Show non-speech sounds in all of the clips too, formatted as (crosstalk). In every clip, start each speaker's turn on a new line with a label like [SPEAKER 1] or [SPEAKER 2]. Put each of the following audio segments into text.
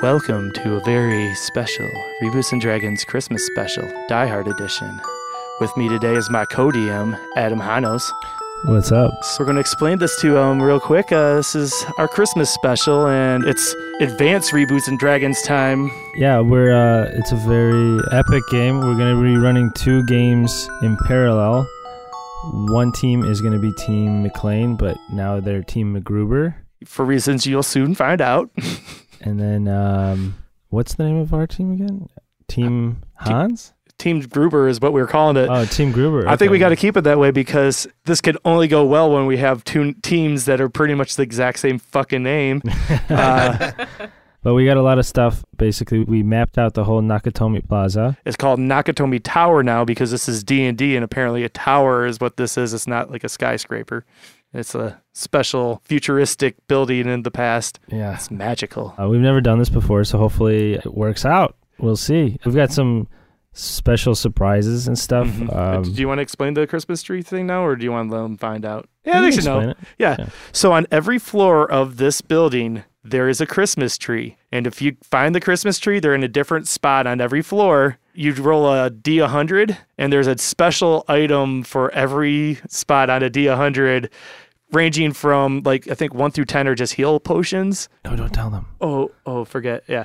[SPEAKER 1] Welcome to a very special Reboots and Dragons Christmas special, Die Hard edition. With me today is my co-DM, Adam Hanos.
[SPEAKER 2] What's up?
[SPEAKER 1] So we're going to explain this to um real quick. Uh, this is our Christmas special, and it's advanced Reboots and Dragons time.
[SPEAKER 2] Yeah, we're uh it's a very epic game. We're going to be running two games in parallel. One team is going to be team McLean, but now they're team McGruber.
[SPEAKER 1] For reasons you'll soon find out,
[SPEAKER 2] And then um what's the name of our team again? Team Hans?
[SPEAKER 1] Team Gruber is what we were calling it.
[SPEAKER 2] Oh, Team Gruber.
[SPEAKER 1] I think we
[SPEAKER 2] Okay.
[SPEAKER 1] got to keep it that way because this could only go well when we have two teams that are pretty much the exact same fucking
[SPEAKER 2] (laughs)
[SPEAKER 1] name. Uh,
[SPEAKER 2] But we got a lot of stuff. Basically, we mapped out the whole Nakatomi Plaza.
[SPEAKER 1] it's called Nakatomi Tower now because this is D and D, and apparently a tower is what this is. It's not like a skyscraper. It's a special futuristic building in the past.
[SPEAKER 2] Yeah.
[SPEAKER 1] It's magical.
[SPEAKER 2] Uh, we've never done this before, so hopefully it works out. We'll see. We've got some special surprises and stuff.
[SPEAKER 1] Mhm.
[SPEAKER 2] Um,
[SPEAKER 1] do you want to explain the Christmas tree thing now, or do you want to let them find out? Yeah,
[SPEAKER 2] you
[SPEAKER 1] they
[SPEAKER 2] can
[SPEAKER 1] should know.
[SPEAKER 2] explain it.
[SPEAKER 1] Yeah.
[SPEAKER 2] Yeah.
[SPEAKER 1] So on every floor of this building, there is a Christmas tree. And if you find the Christmas tree, they're in a different spot on every floor. You roll a D100, and there's a special item for every spot on a D100, ranging from like, I think one through 10 are just heal potions.
[SPEAKER 2] No, don't tell them.
[SPEAKER 1] Oh, oh, forget. Yeah.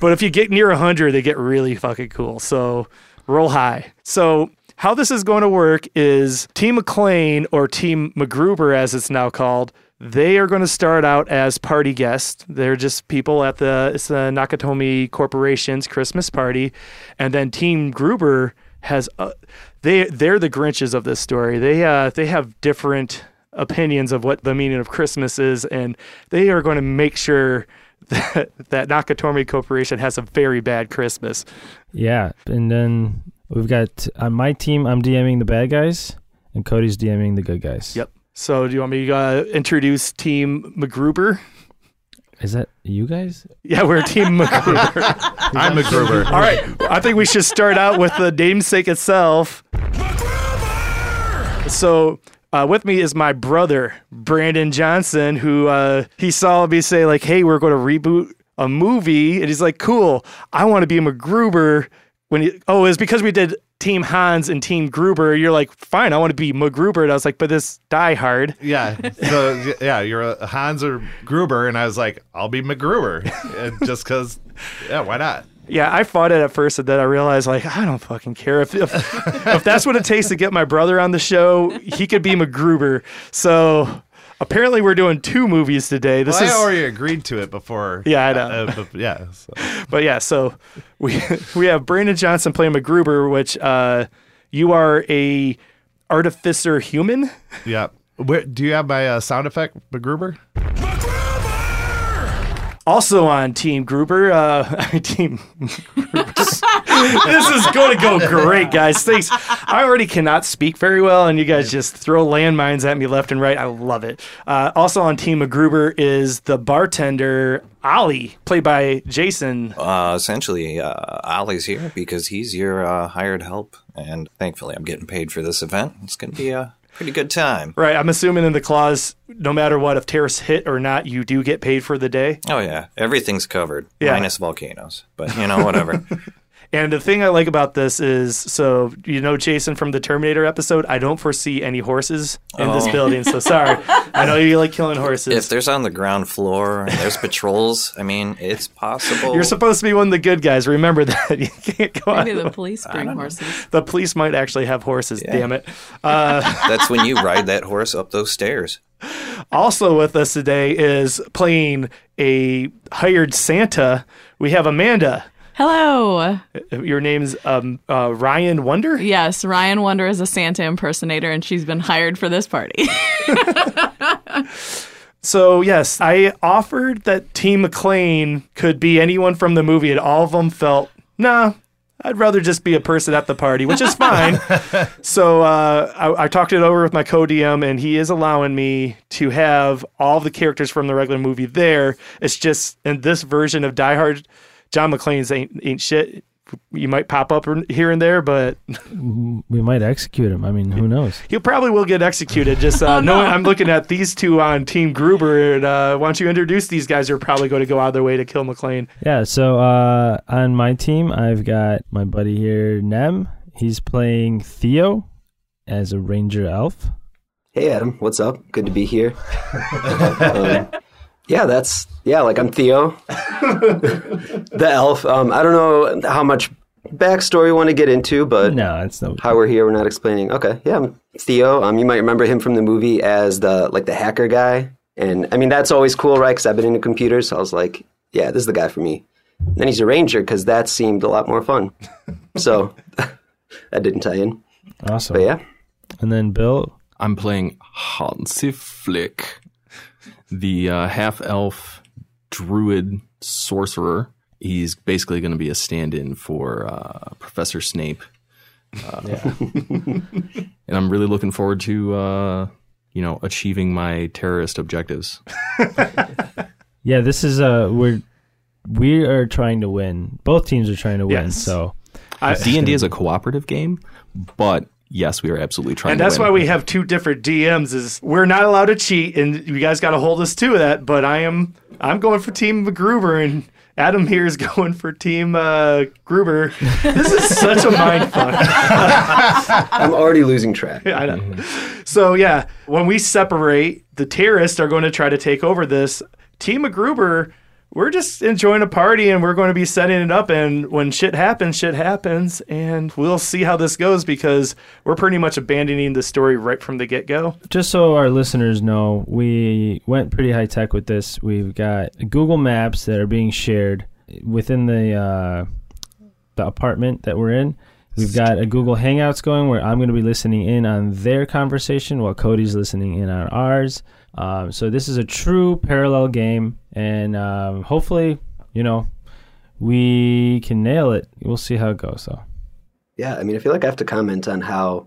[SPEAKER 1] but if you get near 100, they get really fucking cool. So roll high. So how this is going to work is Team McLean or Team McGruber, as it's now called, they are going to start out as party guests. They're just people at the, it's the Nakatomi Corporation's Christmas party. And then Team Gruber has, uh, they, they're the Grinches of this story. They, uh, they have different opinions of what the meaning of Christmas is, and they are going to make sure (laughs) that, that Nakatomi Corporation has a very bad Christmas.
[SPEAKER 2] Yeah, and then we've got on my team. I'm DMing the bad guys, and Cody's DMing the good guys.
[SPEAKER 1] Yep. So, do you want me to uh, introduce Team McGruber?
[SPEAKER 2] Is that you guys?
[SPEAKER 1] Yeah, we're Team McGruber.
[SPEAKER 3] I'm McGruber.
[SPEAKER 1] All right. I think we should start out with the namesake itself. So uh, with me is my brother Brandon Johnson, who uh, he saw me say like, "Hey, we're going to reboot a movie," and he's like, "Cool, I want to be MacGruber." When he, oh, it's because we did Team Hans and Team Gruber. You're like, "Fine, I want to be MacGruber," and I was like, "But this Die Hard."
[SPEAKER 3] (laughs) Yeah. So y- yeah, you're a Hans or Gruber, and I was like, I'll be McGruber, and just because. Yeah, why not?
[SPEAKER 1] Yeah, I fought it at first, and then I realized like I don't fucking care if if, if that's what it takes to get my brother on the show. He could be MacGruber. So apparently, we're doing two movies today. This
[SPEAKER 3] Well, I
[SPEAKER 1] is
[SPEAKER 3] already agreed to it before.
[SPEAKER 1] Yeah, I know.
[SPEAKER 3] Uh, but- yeah. so.
[SPEAKER 1] but yeah, so we (laughs) we have Brandon Johnson playing MacGruber, which uh, you are a artificer human.
[SPEAKER 3] Yeah. Where, do you have my uh, sound effect, McGruber?
[SPEAKER 1] Also on Team Gruber, uh, (laughs) Team. Gruber. (laughs) this is going to go great, guys. Thanks. I already cannot speak very well, and you guys just throw landmines at me left and right. I love it. Uh, also on Team MacGruber is the bartender Ollie, played by Jason.
[SPEAKER 4] Uh, essentially, uh, Ollie's here because he's your uh, hired help, and thankfully, I'm getting paid for this event. It's going to be a pretty good time.
[SPEAKER 1] Right, I'm assuming in the clause, no matter what, if terrorists hit or not, you do get paid for the day.
[SPEAKER 4] Oh yeah, everything's covered,
[SPEAKER 1] Yeah.
[SPEAKER 4] minus volcanoes. But you know,
[SPEAKER 1] (laughs)
[SPEAKER 4] whatever.
[SPEAKER 1] And the thing I like about this is, so you know, Jason from the Terminator episode, I don't foresee any horses in this
[SPEAKER 4] Oh.
[SPEAKER 1] building. So
[SPEAKER 4] (laughs)
[SPEAKER 1] sorry, I know you like killing
[SPEAKER 4] if
[SPEAKER 1] horses.
[SPEAKER 4] there's on the ground floor and there's patrols, I mean, it's possible.
[SPEAKER 1] You're supposed to be one of the good guys. Remember (laughs) that you can't go out.
[SPEAKER 5] (laughs) Maybe the police bring horses.
[SPEAKER 1] The police might actually have horses. Damn it. Uh,
[SPEAKER 4] That's when you
[SPEAKER 1] (laughs)
[SPEAKER 4] ride that horse up those stairs.
[SPEAKER 1] also with us today is playing a hired Santa. We have Amanda.
[SPEAKER 5] Hello.
[SPEAKER 1] Your name's um, uh, Ryan Wonder.
[SPEAKER 5] Yes, Ryan Wonder is a Santa impersonator, and she's been hired for this party. (laughs)
[SPEAKER 1] So yes, I offered that Team McLean could be anyone from the movie, and all of them felt, nah, I'd rather just be a person at the party, which is fine. so uh, I, I talked it over with my co-DM, and he is allowing me to have all the characters from the regular movie there. It's just in this version of Die Hard, John McClane's ain't ain't shit. you might pop up here and there, but
[SPEAKER 2] We might execute him. I mean, who knows?
[SPEAKER 1] you probably will get executed. Just uh, no. I'm looking at these two on Team Gruber, and uh, why don't you introduce these guys? You're probably going to go out of their way to kill McLean.
[SPEAKER 2] Yeah, so uh, on my team, I've got my buddy here, Nem. He's playing Theo as a ranger elf.
[SPEAKER 6] Hey Adam, what's up? Good to be here. Um, yeah, that's yeah. Like I'm Theo, the elf. Um, I don't know how much backstory you want to get into, but
[SPEAKER 2] No, it's no.
[SPEAKER 6] how we're here, we're not explaining. Okay, yeah, I'm Theo. Um, you might remember him from the movie as the like the hacker guy, and I mean that's always cool, right? Because I've been into computers, so I was like, yeah, this is the guy for me. And then he's a ranger because that seemed a lot more fun. So (laughs) that didn't tie in,
[SPEAKER 2] Awesome.
[SPEAKER 6] but yeah.
[SPEAKER 2] And then Bill,
[SPEAKER 7] I'm playing Hansi Flick, the uh, half elf druid sorcerer. He's basically going to be a stand in for uh, Professor Snape. Uh, (laughs) and I'm really looking forward to, uh, you know, achieving my terrorist objectives.
[SPEAKER 2] yeah, this is uh, we're we are trying to win. Both teams are trying to win.
[SPEAKER 1] Yes.
[SPEAKER 2] So
[SPEAKER 7] D&D is a cooperative game, but yes, we are absolutely trying
[SPEAKER 1] And
[SPEAKER 7] to
[SPEAKER 1] that's
[SPEAKER 7] win.
[SPEAKER 1] why we have two different DMs. Is we're not allowed to cheat, and you guys got to hold us to that. But I am I'm going for Team McGruber, and Adam here is (laughs) going for Team uh, Gruber. This is such a mind fuck.
[SPEAKER 6] I'm already losing track.
[SPEAKER 1] (laughs) I know.
[SPEAKER 6] Mm-hmm.
[SPEAKER 1] So yeah, when we separate, the terrorists are going to try to take over this team of Gruber. We're just enjoying a party and we're going to be setting it up. And when shit happens, shit happens. And we'll see how this goes because we're pretty much abandoning the story right from the get go.
[SPEAKER 2] just so our listeners know, we went pretty high tech with this. We've got Google Maps that are being shared within the uh, the apartment that we're in. We've got a Google Hangouts going where I'm going to be listening in on their conversation while Cody's listening in on ours. Um, so this is a true parallel game, and um, hopefully, you know, we can nail it. We'll see how it goes,
[SPEAKER 6] (laughs)
[SPEAKER 2] though.
[SPEAKER 6] Yeah, I mean, I feel like I have to comment on how,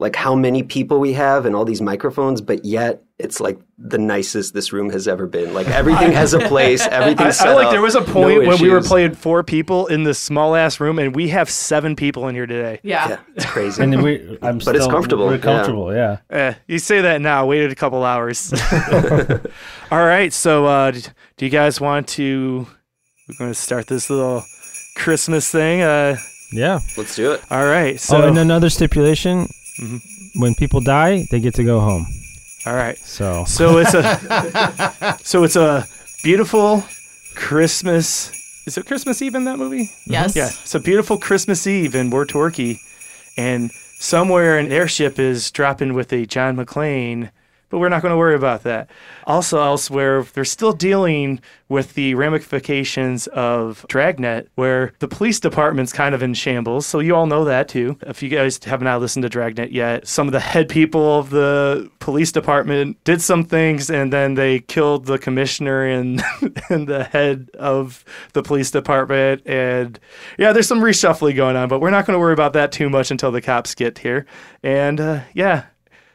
[SPEAKER 6] like, how many people we have and all these microphones, but yet it's like the nicest this room has ever been. Like everything has a
[SPEAKER 1] (laughs)
[SPEAKER 6] place,
[SPEAKER 1] I,
[SPEAKER 6] everything's set
[SPEAKER 1] I like
[SPEAKER 6] up,
[SPEAKER 1] there was a
[SPEAKER 6] no
[SPEAKER 1] point when we were
[SPEAKER 6] issues.
[SPEAKER 1] playing four people in this small ass room and we have seven people in here today.
[SPEAKER 5] Yeah.
[SPEAKER 6] Yeah, it's crazy.
[SPEAKER 2] And we, I'm
[SPEAKER 6] But it's
[SPEAKER 2] still-
[SPEAKER 6] comfortable,
[SPEAKER 2] We're
[SPEAKER 6] yeah.
[SPEAKER 2] comfortable, yeah.
[SPEAKER 1] Eh, you say that now. Waited a couple
[SPEAKER 2] (laughs)
[SPEAKER 1] hours. (laughs) All right. So, uh, d- do you guys want to? We're going to start this little Christmas thing. Uh,
[SPEAKER 2] yeah.
[SPEAKER 6] Let's do it.
[SPEAKER 1] all right. So,
[SPEAKER 2] oh, and another stipulation: when people die, they get to go home.
[SPEAKER 1] all right.
[SPEAKER 2] So
[SPEAKER 1] So it's a.
[SPEAKER 2] (laughs)
[SPEAKER 1] so it's a beautiful Christmas. Is it Christmas Eve in that movie?
[SPEAKER 5] Yes.
[SPEAKER 1] Yeah. It's a beautiful Christmas Eve in Torquay, and somewhere an airship is dropping with a John McClane, but we're not going to worry about that. Also, elsewhere, they're still dealing with the ramifications of Dragnet, where the police department's kind of in shambles. So you all know that too. If you guys have not listened to Dragnet yet, some of the head people of the police department did some things, and then they killed the commissioner (laughs) and and the head of the police department. And yeah, there's some reshuffling going on, but we're not going to worry about that too much until the cops get here. And uh, yeah,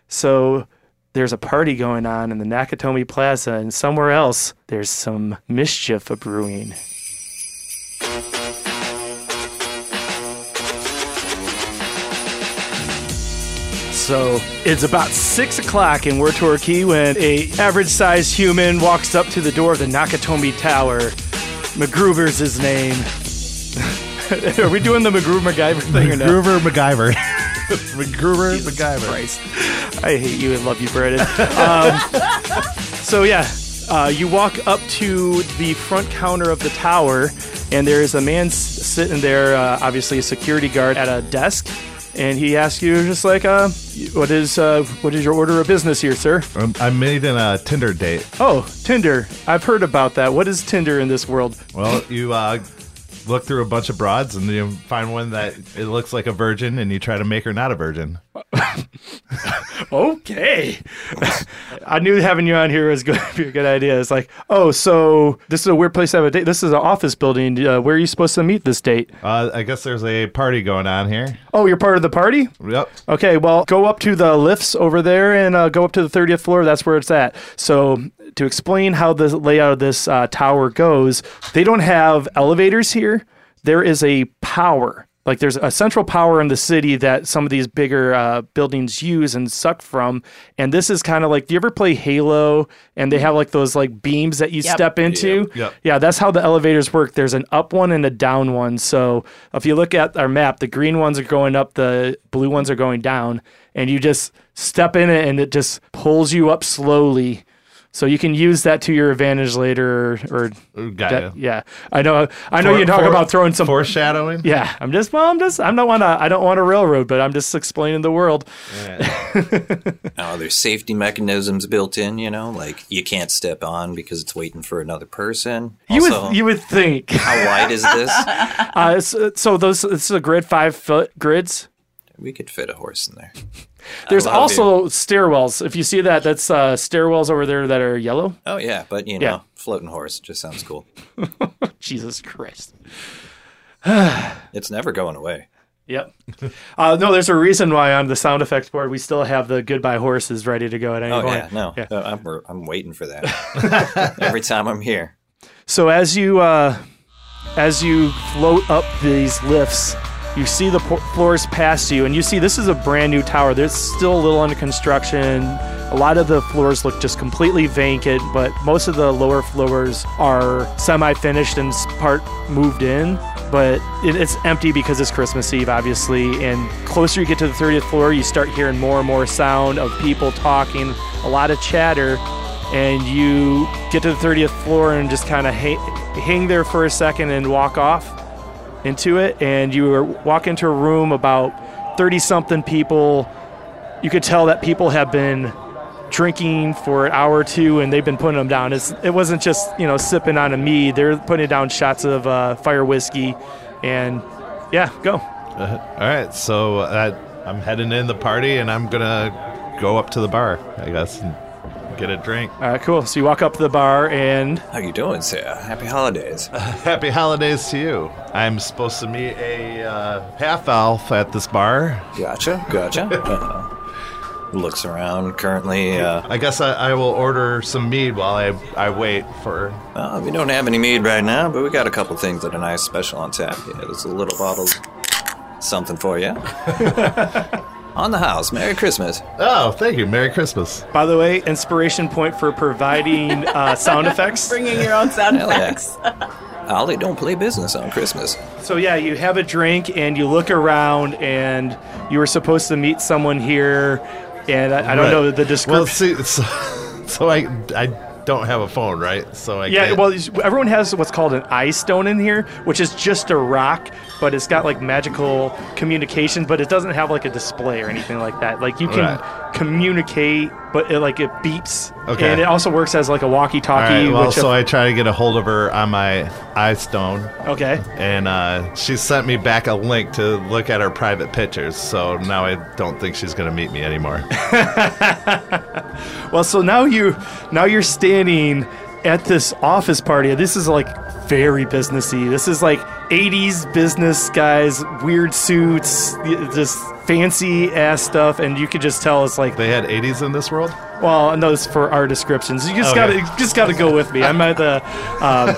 [SPEAKER 1] so there's a party going on in the Nakatomi Plaza, and somewhere else there's some mischief a brewing. So it's about six o'clock in Torquay when a average-sized human walks up to the door of the Nakatomi Tower. MacGruber's his name. (laughs) Are we doing the MacGruber MacGyver thing or no?
[SPEAKER 3] MacGruber MacGyver. (laughs) MacGruber MacGyver.
[SPEAKER 1] I hate you and love you, Brandon. um, so yeah, uh, you walk up to the front counter of the tower, and there is a man s- sitting there, uh, obviously a security guard at a desk, and he asks you just like, uh, "What is uh, what is your order of business here, sir?"
[SPEAKER 3] Um, I made in a Tinder date.
[SPEAKER 1] Oh, Tinder. I've heard about that. What is Tinder in this world?
[SPEAKER 3] Well, you uh, look through a bunch of broads and you find one that it looks like a virgin, and you try to make her not a virgin.
[SPEAKER 1] okay. (laughs) I knew having you on here was going to be a good idea. It's like, oh, so this is a weird place to have a date. This is an office building. Uh, where are you supposed to meet this date?
[SPEAKER 3] Uh, I guess there's a party going on here.
[SPEAKER 1] Oh, you're part of the party?
[SPEAKER 3] Yep.
[SPEAKER 1] Okay, well, go up to the lifts over there and uh, go up to the 30th floor. That's where it's at. So, to explain how the layout of this uh, tower goes, they don't have elevators here. there is a power. Like there's a central power in the city that some of these bigger uh, buildings use and suck from, and this is kind of like. Do you ever play Halo? And they have like those like beams that you
[SPEAKER 5] Yep.
[SPEAKER 1] step into.
[SPEAKER 3] Yep.
[SPEAKER 1] Yeah, that's how the elevators work. There's an up one and a down one. So if you look at our map, the green ones are going up, the blue ones are going down, and you just step in it and it just pulls you up slowly. So you can use that to your advantage later, or, or
[SPEAKER 3] Gaia.
[SPEAKER 1] that- yeah. I know, I know you talk
[SPEAKER 3] For-
[SPEAKER 1] about throwing some.
[SPEAKER 3] foreshadowing.
[SPEAKER 1] yeah, I'm just, well, I'm just, I don't want to, I don't want to railroad, but I'm just explaining the world.
[SPEAKER 4] Oh, there's safety mechanisms built in, you know, like you can't step on because it's waiting for another person.
[SPEAKER 1] You
[SPEAKER 4] also,
[SPEAKER 1] would, you would
[SPEAKER 3] (laughs)
[SPEAKER 1] think.
[SPEAKER 4] how wide is this?
[SPEAKER 1] Uh, so, so those, this is a grid five foot grids.
[SPEAKER 4] we could fit a horse in there.
[SPEAKER 1] There's
[SPEAKER 4] love
[SPEAKER 1] also stairwells. If you see that, that's uh, stairwells over there that are yellow.
[SPEAKER 4] Oh yeah, but you know,
[SPEAKER 1] Yeah.
[SPEAKER 4] floating horse just sounds cool.
[SPEAKER 1] Jesus Christ.
[SPEAKER 4] It's never going away.
[SPEAKER 1] Yep. (laughs) uh, no, there's a reason why on the sound effects board we still have the goodbye horses ready to go at any
[SPEAKER 4] Oh
[SPEAKER 1] point.
[SPEAKER 4] yeah, no,
[SPEAKER 1] Yeah.
[SPEAKER 4] no, I'm I'm waiting for that. (laughs) Every time I'm here,
[SPEAKER 1] So as you uh, as you float up these lifts, you see the por- floors past you, and you see this is a brand new tower. There's still a little under construction. A lot of the floors look just completely vacant, but most of the lower floors are semi-finished and s- part moved in. But it, it's empty because it's Christmas Eve, obviously. And closer you get to the 30th floor, you start hearing more and more sound of people talking, a lot of chatter and you get to the 30th floor and just kind of ha- hang there for a second and walk off into it and you are- walk into a room about 30 something people you could tell that people have been drinking for an hour or two and they've been putting them down it's, it wasn't just you know sipping on a mead they're putting down shots of uh, fire whiskey and yeah go
[SPEAKER 3] All right, so uh, I'm heading in the party, and I'm gonna go up to the bar, I guess, and get a
[SPEAKER 1] (laughs)
[SPEAKER 3] drink.
[SPEAKER 1] all right cool so you walk up to the bar and
[SPEAKER 4] how you doing, Sarah? Happy holidays.
[SPEAKER 1] Uh,
[SPEAKER 3] Happy holidays to you. I'm supposed to meet a uh, half elf at this bar.
[SPEAKER 4] Gotcha, gotcha. Uh, looks around currently. Uh,
[SPEAKER 3] I guess I, I will order some mead while I, I wait for.
[SPEAKER 4] well, oh, we don't have any mead right now, but we got a couple things that are nice special on tap. Yeah, there's a little bottle, something for
[SPEAKER 1] (laughs)
[SPEAKER 4] you. on the house. Merry Christmas.
[SPEAKER 3] Oh, thank you. Merry Christmas.
[SPEAKER 1] by the way inspiration point for (laughs) providing uh, sound effects
[SPEAKER 5] Bringing your own sound
[SPEAKER 4] Hell yeah.
[SPEAKER 5] effects.
[SPEAKER 4] Ollie, don't play business on Christmas.
[SPEAKER 1] So yeah, you have a drink and you look around, and you were supposed to meet someone here, and I, I don't
[SPEAKER 3] Right.
[SPEAKER 1] know the
[SPEAKER 3] Well,
[SPEAKER 1] description.
[SPEAKER 3] see, so, (laughs) so I I don't have a phone, right? So I
[SPEAKER 1] yeah,
[SPEAKER 3] can't-
[SPEAKER 1] well, you- everyone has what's called an eye stone in here, which is just a rock, but it's got like magical communication, but it doesn't have like a display or anything like that. Like you can
[SPEAKER 3] Right.
[SPEAKER 1] communicate, but it, like it beeps,
[SPEAKER 3] Okay.
[SPEAKER 1] and it also works as like a
[SPEAKER 3] All
[SPEAKER 1] walkie-talkie.
[SPEAKER 3] right, well,
[SPEAKER 1] which
[SPEAKER 3] so I try to get a hold of her on my iStone,
[SPEAKER 1] okay,
[SPEAKER 3] and uh, she sent me back a link to look at her private pictures. So now I don't think she's gonna meet me anymore. (laughs)
[SPEAKER 1] Well, so now you now you're standing at this office party. This is like very businessy. This is like 80s business guys, weird suits, y- just fancy ass stuff, and you could just tell it's like.
[SPEAKER 3] they had 80s in this world.
[SPEAKER 1] Well, no, it's for our descriptions. You just
[SPEAKER 3] Okay.
[SPEAKER 1] gotta you just gotta go with me. I'm at the, um,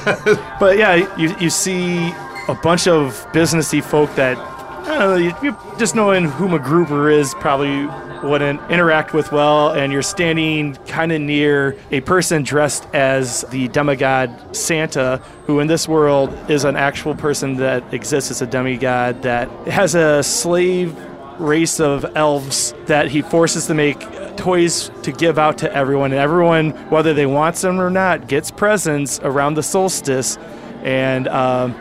[SPEAKER 1] but yeah, you you see a bunch of businessy folk that. I don't know, you, you just knowing who MacGruber is probably wouldn't interact with well, and you're standing kind of near a person dressed as the demigod Santa, who in this world is an actual person that exists as a demigod that has a slave race of elves that he forces to make toys to give out to everyone and everyone whether they want them or not gets presents around the solstice and um,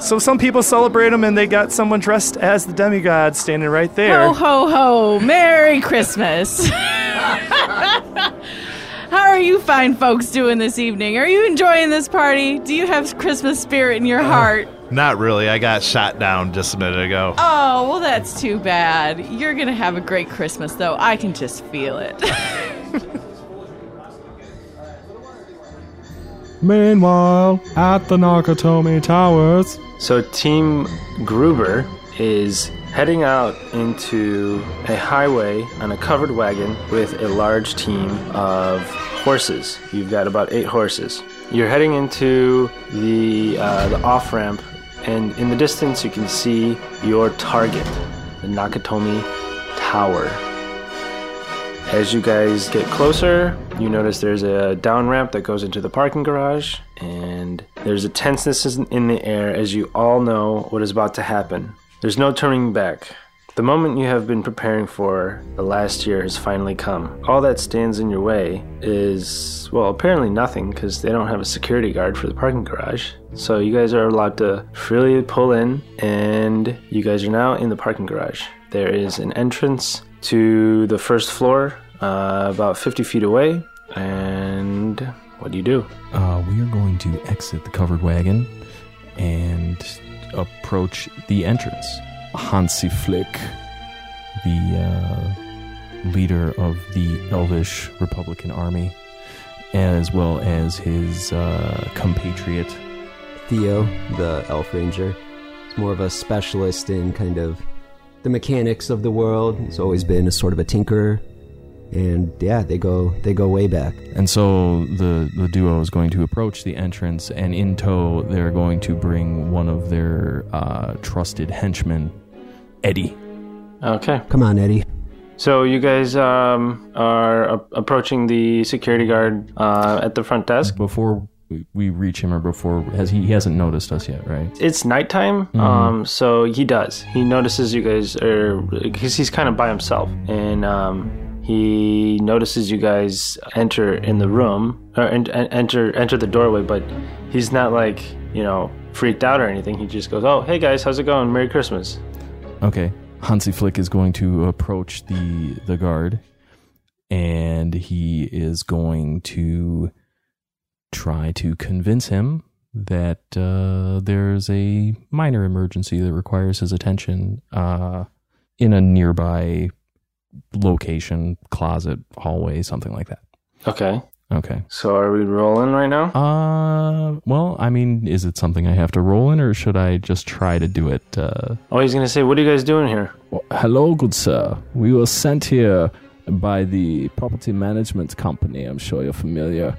[SPEAKER 1] so some people celebrate them and they got someone dressed as the demigod standing right there
[SPEAKER 5] Ho ho ho! Merry (laughs) Christmas. How are you fine folks doing this evening? Are you enjoying this party? Do you have Christmas spirit in
[SPEAKER 1] Uh-huh.
[SPEAKER 5] your heart?
[SPEAKER 3] Not really. I got shot down just a minute ago.
[SPEAKER 5] Oh, well that's too bad. You're going to have a great Christmas though. I can just feel it. (laughs)
[SPEAKER 2] Meanwhile, at the Nakatomi Towers. So Team Gruber is heading out into a highway on a covered wagon with a large team of horses. You've got about eight horses. You're heading into the uh, the off ramp and in the distance you can see your target, the Nakatomi Tower. As you guys get closer, you notice there's a down ramp that goes into the parking garage, and there's a tenseness in in the air as you all know what is about to happen. There's no turning back. The moment you have been preparing for the last year has finally come. All that stands in your way is, well, apparently nothing because they don't have a security guard for the parking garage. So you guys are allowed to freely pull in, and you guys are now in the parking garage. There is an entrance to the first floor, uh, about 50 feet away. And what do you do?
[SPEAKER 7] Uh, we are going to exit the covered wagon and approach the entrance. Hansi Flick, the uh, leader of the Elvish Republican Army, as well as his uh, compatriot.
[SPEAKER 8] Theo, the elf ranger, is more of a specialist in kind of the mechanics of the world. He's always been a sort of a tinkerer, and yeah, they go they go way back.
[SPEAKER 7] And so the, the duo is going to approach the entrance, and in tow, they're going to bring one of their uh, trusted henchmen, Eddie.
[SPEAKER 2] Okay.
[SPEAKER 8] Come on, Eddie.
[SPEAKER 2] So you guys um, are a- approaching the security guard uh, at the front desk.
[SPEAKER 7] Before we- we reach him, or before has he, he hasn't noticed us yet, right?
[SPEAKER 2] It's nighttime, um, so he does. He notices you guys are because he's kind of by himself, and um, he notices you guys enter in the room or en- en- enter enter the doorway. But he's not like you know freaked out or anything. He just goes, "Oh, hey guys, how's it going? Merry Christmas."
[SPEAKER 7] Okay. Hansi Flick is going to approach the the guard and he is going to try to convince him that uh, there's a minor emergency that requires his attention uh, in a nearby location, closet, hallway, something like that.
[SPEAKER 2] Okay,
[SPEAKER 7] Okay.
[SPEAKER 2] so are we rolling right now?
[SPEAKER 7] Uh, well, I mean, is it something I have to roll in, or should I just try to do it? Uh,
[SPEAKER 2] Oh, he's gonna say, "What are you guys doing here?"
[SPEAKER 9] Hello, good sir. We were sent here by the property management company. I'm sure you're familiar.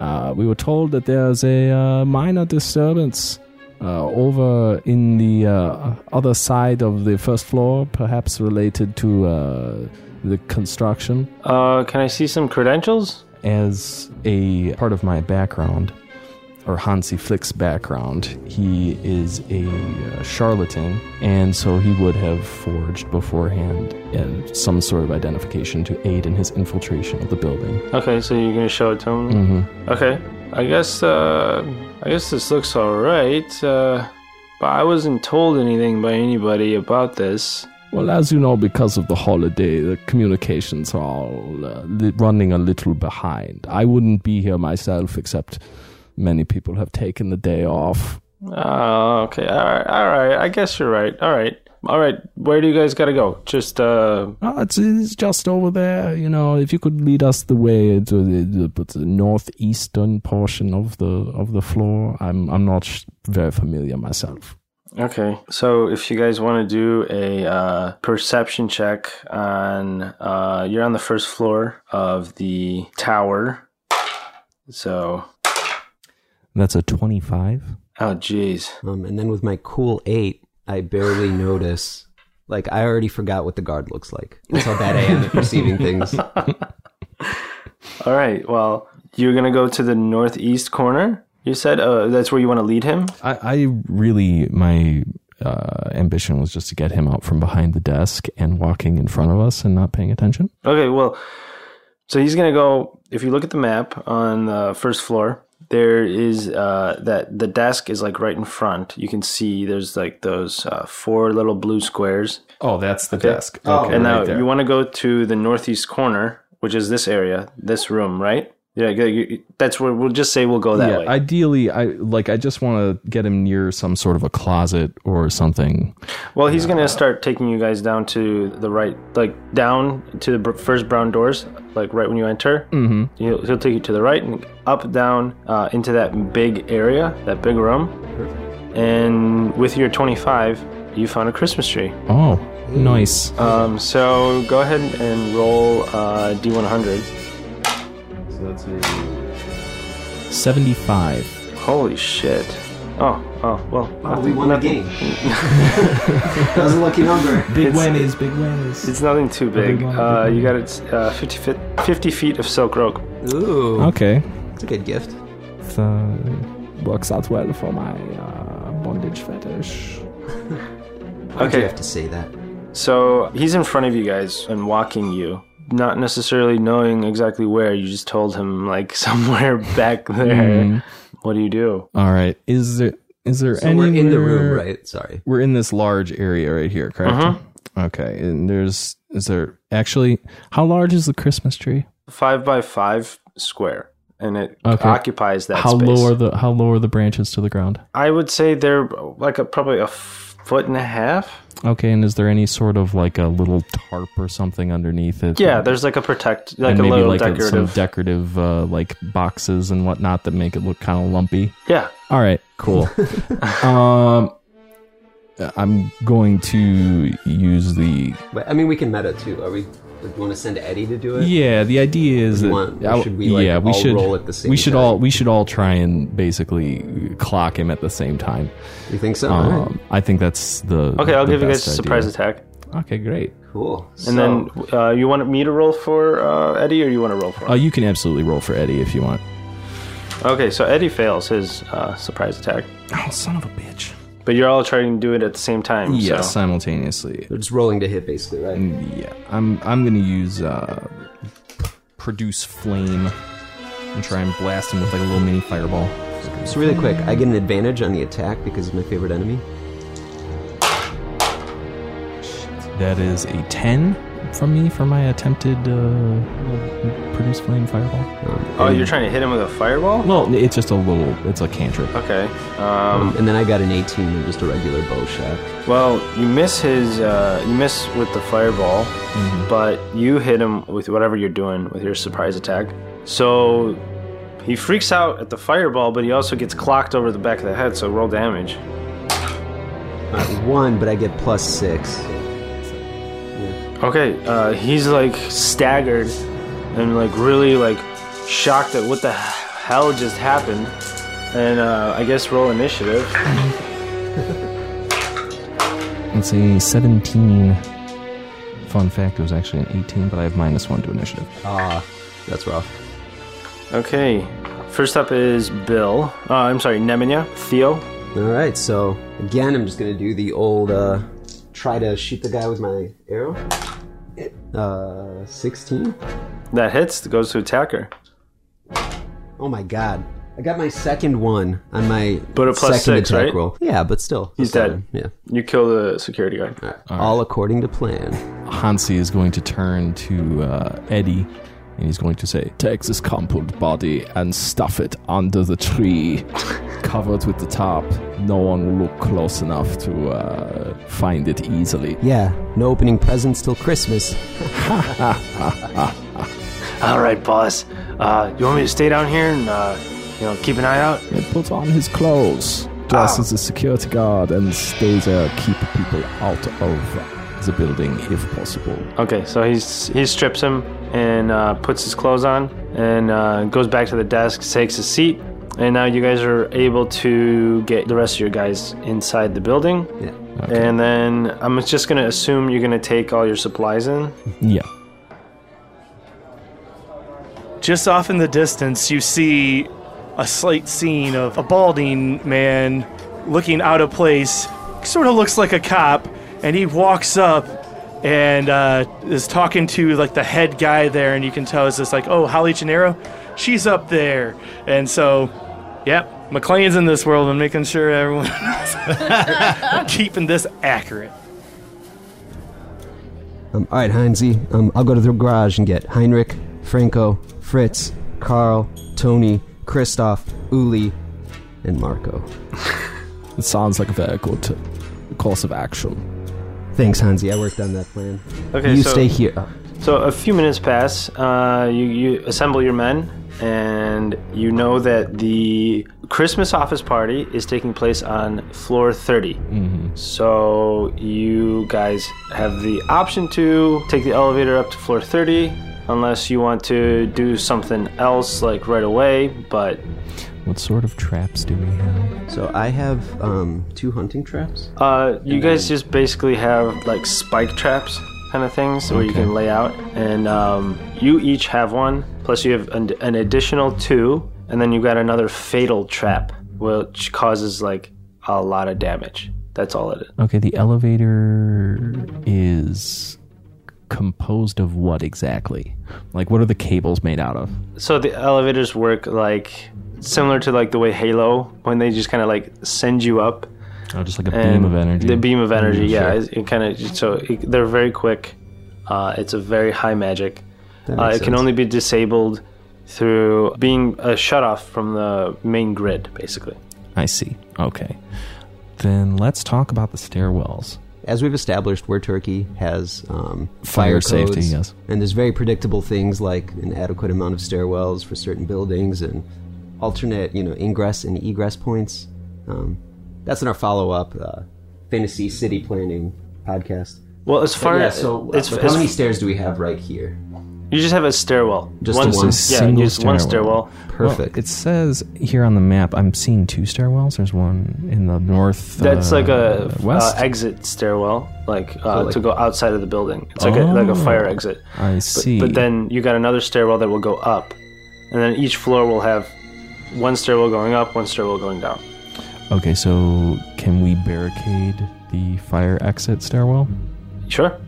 [SPEAKER 9] Uh, we were told that there's a uh, minor disturbance uh, over in the uh, other side of the first floor, perhaps related to uh, the construction.
[SPEAKER 2] Uh, can I see some credentials?
[SPEAKER 7] as a part of my background, or Hansi Flick's background, he is a uh, charlatan, and so he would have forged beforehand uh, some sort of identification to aid in his infiltration of the building.
[SPEAKER 2] Okay, so you're gonna show it to him.
[SPEAKER 7] Mm-hmm.
[SPEAKER 2] Okay. I guess uh I guess this looks alright. Uh but I wasn't told anything by anybody about this.
[SPEAKER 9] Well, as you know, because of the holiday, the communications are all uh, li- running a little behind. I wouldn't be here myself, except many people have taken the day off.
[SPEAKER 2] Oh, okay. Alright, alright, I guess you're right. Alright. Alright, where do you guys gotta go? Just uh
[SPEAKER 9] Ah, it's, it's just over there, you know. If you could lead us the way to the, the, the northeastern portion of the of the floor, I'm I'm not sh- very familiar myself.
[SPEAKER 2] okay. So if you guys wanna do a uh perception check on uh you're on the first floor of the tower. So
[SPEAKER 7] That's a 25.
[SPEAKER 2] oh jeez.
[SPEAKER 8] Um, and then with my cool eight, I barely notice. Like I already forgot what the guard looks like. That's how bad I am at perceiving things.
[SPEAKER 2] All right. Well, you're gonna go to the northeast corner. You said uh, that's where you want to lead him.
[SPEAKER 7] I, I really, my uh, ambition was just to get him out from behind the desk and walking in front of us and not paying attention.
[SPEAKER 2] Okay. Well, so he's gonna go. If you look at the map on the first floor, there is uh, that the desk is like right in front. You can see there's like those uh, four little blue squares.
[SPEAKER 3] Oh, that's the desk. Okay,
[SPEAKER 2] Oh, and now (laughs) you want to go to the northeast corner, which is this area, this room, right? Yeah, you- you- that's where we'll just say we'll go that
[SPEAKER 7] yeah,
[SPEAKER 2] way.
[SPEAKER 7] ideally, I like. I just want to get him near some sort of a closet or something.
[SPEAKER 2] Well, he's gonna start taking you guys down to the right, like down to the br- first brown doors, like right when you enter. Mm-hmm. He'll, he'll take you to the right and up, down, uh, into that big area, that big room. And with your 25, you found a Christmas tree.
[SPEAKER 7] Oh, nice.
[SPEAKER 2] Um, so go ahead and roll uh, D100.
[SPEAKER 7] Seventy-five.
[SPEAKER 2] Holy shit. Oh, oh, well.
[SPEAKER 8] Oh, we won the game. that was a lucky number.
[SPEAKER 7] Big
[SPEAKER 2] It's-
[SPEAKER 7] whammies, big whammies.
[SPEAKER 2] It's nothing too big.
[SPEAKER 7] one,
[SPEAKER 2] Uh,
[SPEAKER 7] big
[SPEAKER 2] you got it. Uh, 50, feet, 50 feet of silk rope.
[SPEAKER 8] Ooh,
[SPEAKER 2] Oh.
[SPEAKER 7] Okay.
[SPEAKER 8] it's a good gift.
[SPEAKER 7] So, works out well for my uh, bondage fetish.
[SPEAKER 8] Why do you
[SPEAKER 2] Okay,
[SPEAKER 8] have to say that?
[SPEAKER 2] so he's in front of you guys and walking you, not necessarily knowing exactly where. You just told him like (laughs) somewhere back there.
[SPEAKER 7] Mm.
[SPEAKER 2] What do you do?
[SPEAKER 7] All right. Is there is there
[SPEAKER 8] So
[SPEAKER 7] any
[SPEAKER 8] we're in the room, right? Sorry.
[SPEAKER 7] We're in this large area right here, correct?
[SPEAKER 2] Uh-huh.
[SPEAKER 7] Okay. And there's is there actually how large is the Christmas tree?
[SPEAKER 2] Five by five square, and it
[SPEAKER 7] Okay.
[SPEAKER 2] occupies that
[SPEAKER 7] how
[SPEAKER 2] space.
[SPEAKER 7] low are the how low are the branches to the ground?
[SPEAKER 2] I would say they're like a, probably a foot and a half.
[SPEAKER 7] Okay, and is there any sort of like a little tarp or something underneath it?
[SPEAKER 2] Yeah, there's like a protect, like
[SPEAKER 7] and
[SPEAKER 2] a
[SPEAKER 7] maybe
[SPEAKER 2] little
[SPEAKER 7] like a- some
[SPEAKER 2] decorative.
[SPEAKER 7] decorative uh, like boxes and whatnot that make it look kind of lumpy.
[SPEAKER 2] yeah,
[SPEAKER 7] All right,
[SPEAKER 2] (laughs)
[SPEAKER 7] cool. um, I'm going to use the
[SPEAKER 8] But, I mean, we can meta too. Are we? Do you want to send Eddie to do it?
[SPEAKER 7] yeah. The idea is that
[SPEAKER 8] Do you want-
[SPEAKER 7] I-
[SPEAKER 8] should we, like,
[SPEAKER 7] yeah we
[SPEAKER 8] all
[SPEAKER 7] should
[SPEAKER 8] roll at the same
[SPEAKER 7] we should
[SPEAKER 8] time?
[SPEAKER 7] all we should all try and basically clock him at the same time.
[SPEAKER 8] You think so? All right.
[SPEAKER 7] Um, I think that's the
[SPEAKER 2] Okay, I'll
[SPEAKER 7] the
[SPEAKER 2] give you guys
[SPEAKER 7] best
[SPEAKER 2] a
[SPEAKER 7] idea.
[SPEAKER 2] surprise attack.
[SPEAKER 7] Okay, great.
[SPEAKER 8] Cool.
[SPEAKER 2] And then uh, you want me to roll for uh, Eddie, or you want to roll for?
[SPEAKER 7] Uh,
[SPEAKER 2] Him?
[SPEAKER 7] you can absolutely roll for Eddie if you want.
[SPEAKER 2] okay, so Eddie fails his uh, surprise attack,
[SPEAKER 7] Oh, son of a bitch!
[SPEAKER 2] but you're all trying to do it at the same time.
[SPEAKER 7] Yeah,
[SPEAKER 2] So.
[SPEAKER 7] simultaneously.
[SPEAKER 8] They're just rolling to hit, basically, right?
[SPEAKER 7] Yeah, I'm I'm gonna use uh, produce flame and try and blast him with like a little mini fireball.
[SPEAKER 8] So really quick, I get an advantage on the attack because it's my favorite enemy.
[SPEAKER 7] That is a ten from me for my attempted uh, produce flame fireball.
[SPEAKER 2] Oh, you're trying to hit him with a fireball?
[SPEAKER 7] Well, it's just a little. It's a cantrip.
[SPEAKER 2] Okay. Um,
[SPEAKER 8] And then I got an 18 and just a regular bow shot.
[SPEAKER 2] well, you miss his, uh, you miss with the fireball, but you hit him with whatever you're doing with your surprise attack. So he freaks out at the fireball, but he also gets clocked over the back of the head. So roll damage.
[SPEAKER 8] Not one, but I get plus six.
[SPEAKER 2] Okay, uh, he's like staggered and like really like shocked at what the hell just happened. And uh, I guess roll initiative.
[SPEAKER 7] It's a seventeen. Fun fact: it was actually an eighteen, but I have minus one to initiative.
[SPEAKER 8] Ah, that's rough.
[SPEAKER 2] Okay, first up is Bill. Uh, I'm sorry, Nemanja, Theo.
[SPEAKER 8] All right, so again, I'm just gonna do the old uh, try to shoot the guy with my arrow. Uh, 16.
[SPEAKER 2] That hits, goes to attacker.
[SPEAKER 8] Oh my god. I got my second one on my
[SPEAKER 2] But a plus
[SPEAKER 8] second
[SPEAKER 2] six,
[SPEAKER 8] attack
[SPEAKER 2] right?
[SPEAKER 8] roll. Yeah, but still.
[SPEAKER 2] He's dead.
[SPEAKER 8] Yeah.
[SPEAKER 2] You kill the security guard.
[SPEAKER 8] All, right. All according to plan.
[SPEAKER 7] Hansi is going to turn to uh, Eddie and he's going to say, Take this crumpled body and stuff it under the tree, (laughs) covered with the tarp. No one will look close enough to uh, find it easily.
[SPEAKER 8] Yeah, no opening presents till Christmas.
[SPEAKER 2] All right, boss. Uh, you want me to stay down here and uh, you know keep an eye out?
[SPEAKER 7] And put on his clothes, dress as a security guard, and stay there, keep people out of the building if possible.
[SPEAKER 2] Okay, so he's he strips him and uh, puts his clothes on and uh, goes back to the desk, takes his seat, and now you guys are able to get the rest of your guys inside the building.
[SPEAKER 8] Yeah.
[SPEAKER 2] And then I'm just gonna assume you're gonna take all your supplies in.
[SPEAKER 7] Yeah.
[SPEAKER 1] Just off in the distance, you see a slight scene of a balding man looking out of place. Sort of looks like a cop, and he walks up and uh, is talking to like the head guy there, and you can tell it's just like, oh, Holly Gennaro, she's up there, and so, yep, McLean's in this world and making sure everyone (laughs) keeping this accurate.
[SPEAKER 8] Um, all right, Heinzie. Um, I'll go to the garage and get Heinrich, Franco, Fritz, Carl, Tony, Christoph, Uli, and Marco.
[SPEAKER 7] It sounds like a very good course of action.
[SPEAKER 8] Thanks, Hansi. I worked on that plan.
[SPEAKER 2] Okay,
[SPEAKER 8] you
[SPEAKER 2] so
[SPEAKER 8] stay here. Oh,
[SPEAKER 2] so a few minutes pass. Uh, you you assemble your men, and you know that the Christmas office party is taking place on floor 30. So you guys have the option to take the elevator up to floor 30 unless you want to do something else like right away, but
[SPEAKER 9] What sort of traps do we have?
[SPEAKER 8] So I have um, two hunting traps.
[SPEAKER 2] Uh, you guys just basically have like spike traps kind of things where you
[SPEAKER 9] Okay.
[SPEAKER 2] can lay out, and um, you each have one. Plus, you have an, an additional two, and then you've got another fatal trap, which causes like a lot of damage. That's all it is.
[SPEAKER 9] Okay, the elevator is composed of what exactly? Like, what are the cables made out of?
[SPEAKER 2] So the elevators work like similar to like the way Halo when they just kind of like send you up
[SPEAKER 9] Oh, just like a
[SPEAKER 2] and
[SPEAKER 9] beam of energy.
[SPEAKER 2] Um, The beam of energy,
[SPEAKER 9] Mm,
[SPEAKER 2] yeah.
[SPEAKER 9] sure.
[SPEAKER 2] It, kind of so it, they're very quick. Uh, it's a very high magic.
[SPEAKER 8] That
[SPEAKER 2] Uh,
[SPEAKER 8] makes
[SPEAKER 2] it can
[SPEAKER 8] sense.
[SPEAKER 2] only be disabled through being a shut off from the main grid, basically.
[SPEAKER 9] I see. Okay. Then let's talk about the stairwells.
[SPEAKER 8] As we've established, Word Turkey has um,
[SPEAKER 9] Fire
[SPEAKER 8] fire,
[SPEAKER 9] safety,
[SPEAKER 8] codes,
[SPEAKER 9] yes.
[SPEAKER 8] and there's very predictable things like an adequate amount of stairwells for certain buildings and alternate, you know, ingress and egress points. Um, that's in our follow-up uh, fantasy city planning podcast.
[SPEAKER 2] Well, as
[SPEAKER 8] But
[SPEAKER 2] far
[SPEAKER 8] yeah,
[SPEAKER 2] as
[SPEAKER 8] so uh,
[SPEAKER 2] it's,
[SPEAKER 8] but
[SPEAKER 2] it's-
[SPEAKER 8] how many stairs do we have right here?
[SPEAKER 2] you just have a stairwell,
[SPEAKER 8] Just
[SPEAKER 2] one,
[SPEAKER 8] the one.
[SPEAKER 2] yeah,
[SPEAKER 9] Single
[SPEAKER 2] just one
[SPEAKER 9] stairwell.
[SPEAKER 2] stairwell.
[SPEAKER 8] Perfect.
[SPEAKER 9] Well, it says here on the map. I'm seeing two stairwells. There's one in the north.
[SPEAKER 2] That's
[SPEAKER 9] uh,
[SPEAKER 2] like a
[SPEAKER 9] west.
[SPEAKER 2] Uh, exit stairwell, like, uh,
[SPEAKER 8] like- Oh.
[SPEAKER 2] to go outside of the building. It's like a, like a fire exit.
[SPEAKER 9] Oh, I see.
[SPEAKER 2] But then you got another stairwell that will go up, and then each floor will have one stairwell going up, one stairwell going down.
[SPEAKER 9] okay, so can we barricade the fire exit stairwell?
[SPEAKER 2] Sure.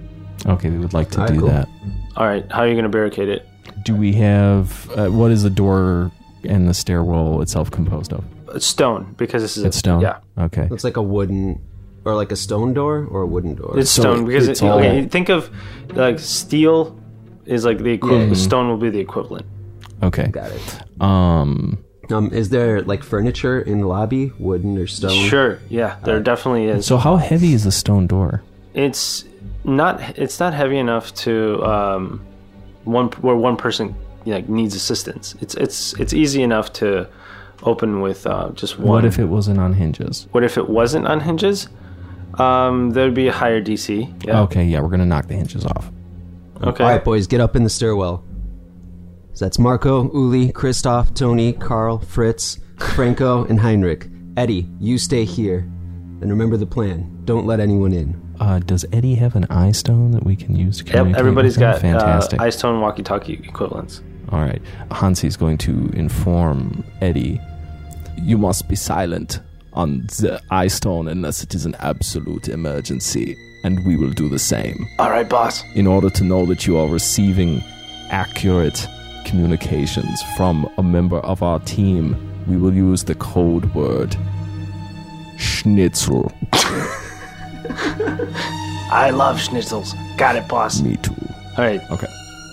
[SPEAKER 9] Okay, we would like to
[SPEAKER 8] Alright,
[SPEAKER 9] do
[SPEAKER 8] cool.
[SPEAKER 9] that.
[SPEAKER 2] All right. How are you going to barricade it?
[SPEAKER 9] Do we have uh, what is the door and the stairwell itself composed of?
[SPEAKER 2] It's stone because this is
[SPEAKER 9] It's
[SPEAKER 2] a,
[SPEAKER 9] stone.
[SPEAKER 2] Yeah.
[SPEAKER 9] Okay.
[SPEAKER 8] It's like a wooden, or like a stone door, or a wooden door.
[SPEAKER 2] It's
[SPEAKER 9] So
[SPEAKER 2] stone because
[SPEAKER 9] it's
[SPEAKER 2] it,
[SPEAKER 9] all-
[SPEAKER 2] okay, think of like steel is like the equivalent.
[SPEAKER 8] Yeah.
[SPEAKER 2] Stone will be the equivalent.
[SPEAKER 9] Okay.
[SPEAKER 8] got it.
[SPEAKER 9] Um.
[SPEAKER 8] Um, is there like furniture in the lobby, wooden or stone?
[SPEAKER 2] Sure. Yeah. There definitely is.
[SPEAKER 9] So how heavy is the stone door?
[SPEAKER 2] it's not it's not heavy enough to um, one where one person like needs assistance. It's it's it's easy enough to open with uh, just one.
[SPEAKER 9] What if it wasn't on hinges?
[SPEAKER 2] What if it wasn't on hinges? Um, there'd be a higher DC. Yeah.
[SPEAKER 9] Okay. Yeah, we're gonna knock the hinges off. Oh,
[SPEAKER 2] Okay.
[SPEAKER 8] All right, boys, get up in the stairwell. So that's Marco, Uli, Christoph, Tony, Carl, Fritz, Franco, and Heinrich. Eddie, you stay here. And remember the plan. Don't let anyone in.
[SPEAKER 9] Uh, does Eddie have an eye stone that we can use to
[SPEAKER 2] Yep.
[SPEAKER 9] communicate?
[SPEAKER 2] Everybody's
[SPEAKER 9] with him?
[SPEAKER 2] got uh,
[SPEAKER 9] fantastic.
[SPEAKER 2] ice stone walkie-talkie equivalents.
[SPEAKER 9] All right, Hansi's going to inform Eddie.
[SPEAKER 7] You must be silent on the eye stone unless it is an absolute emergency, and we will do the same.
[SPEAKER 2] All right, boss.
[SPEAKER 7] in order to know that you are receiving accurate communications from a member of our team, we will use the code word schnitzel.
[SPEAKER 2] I love schnitzels. Got it, boss.
[SPEAKER 7] Me too.
[SPEAKER 2] All right.
[SPEAKER 7] Okay.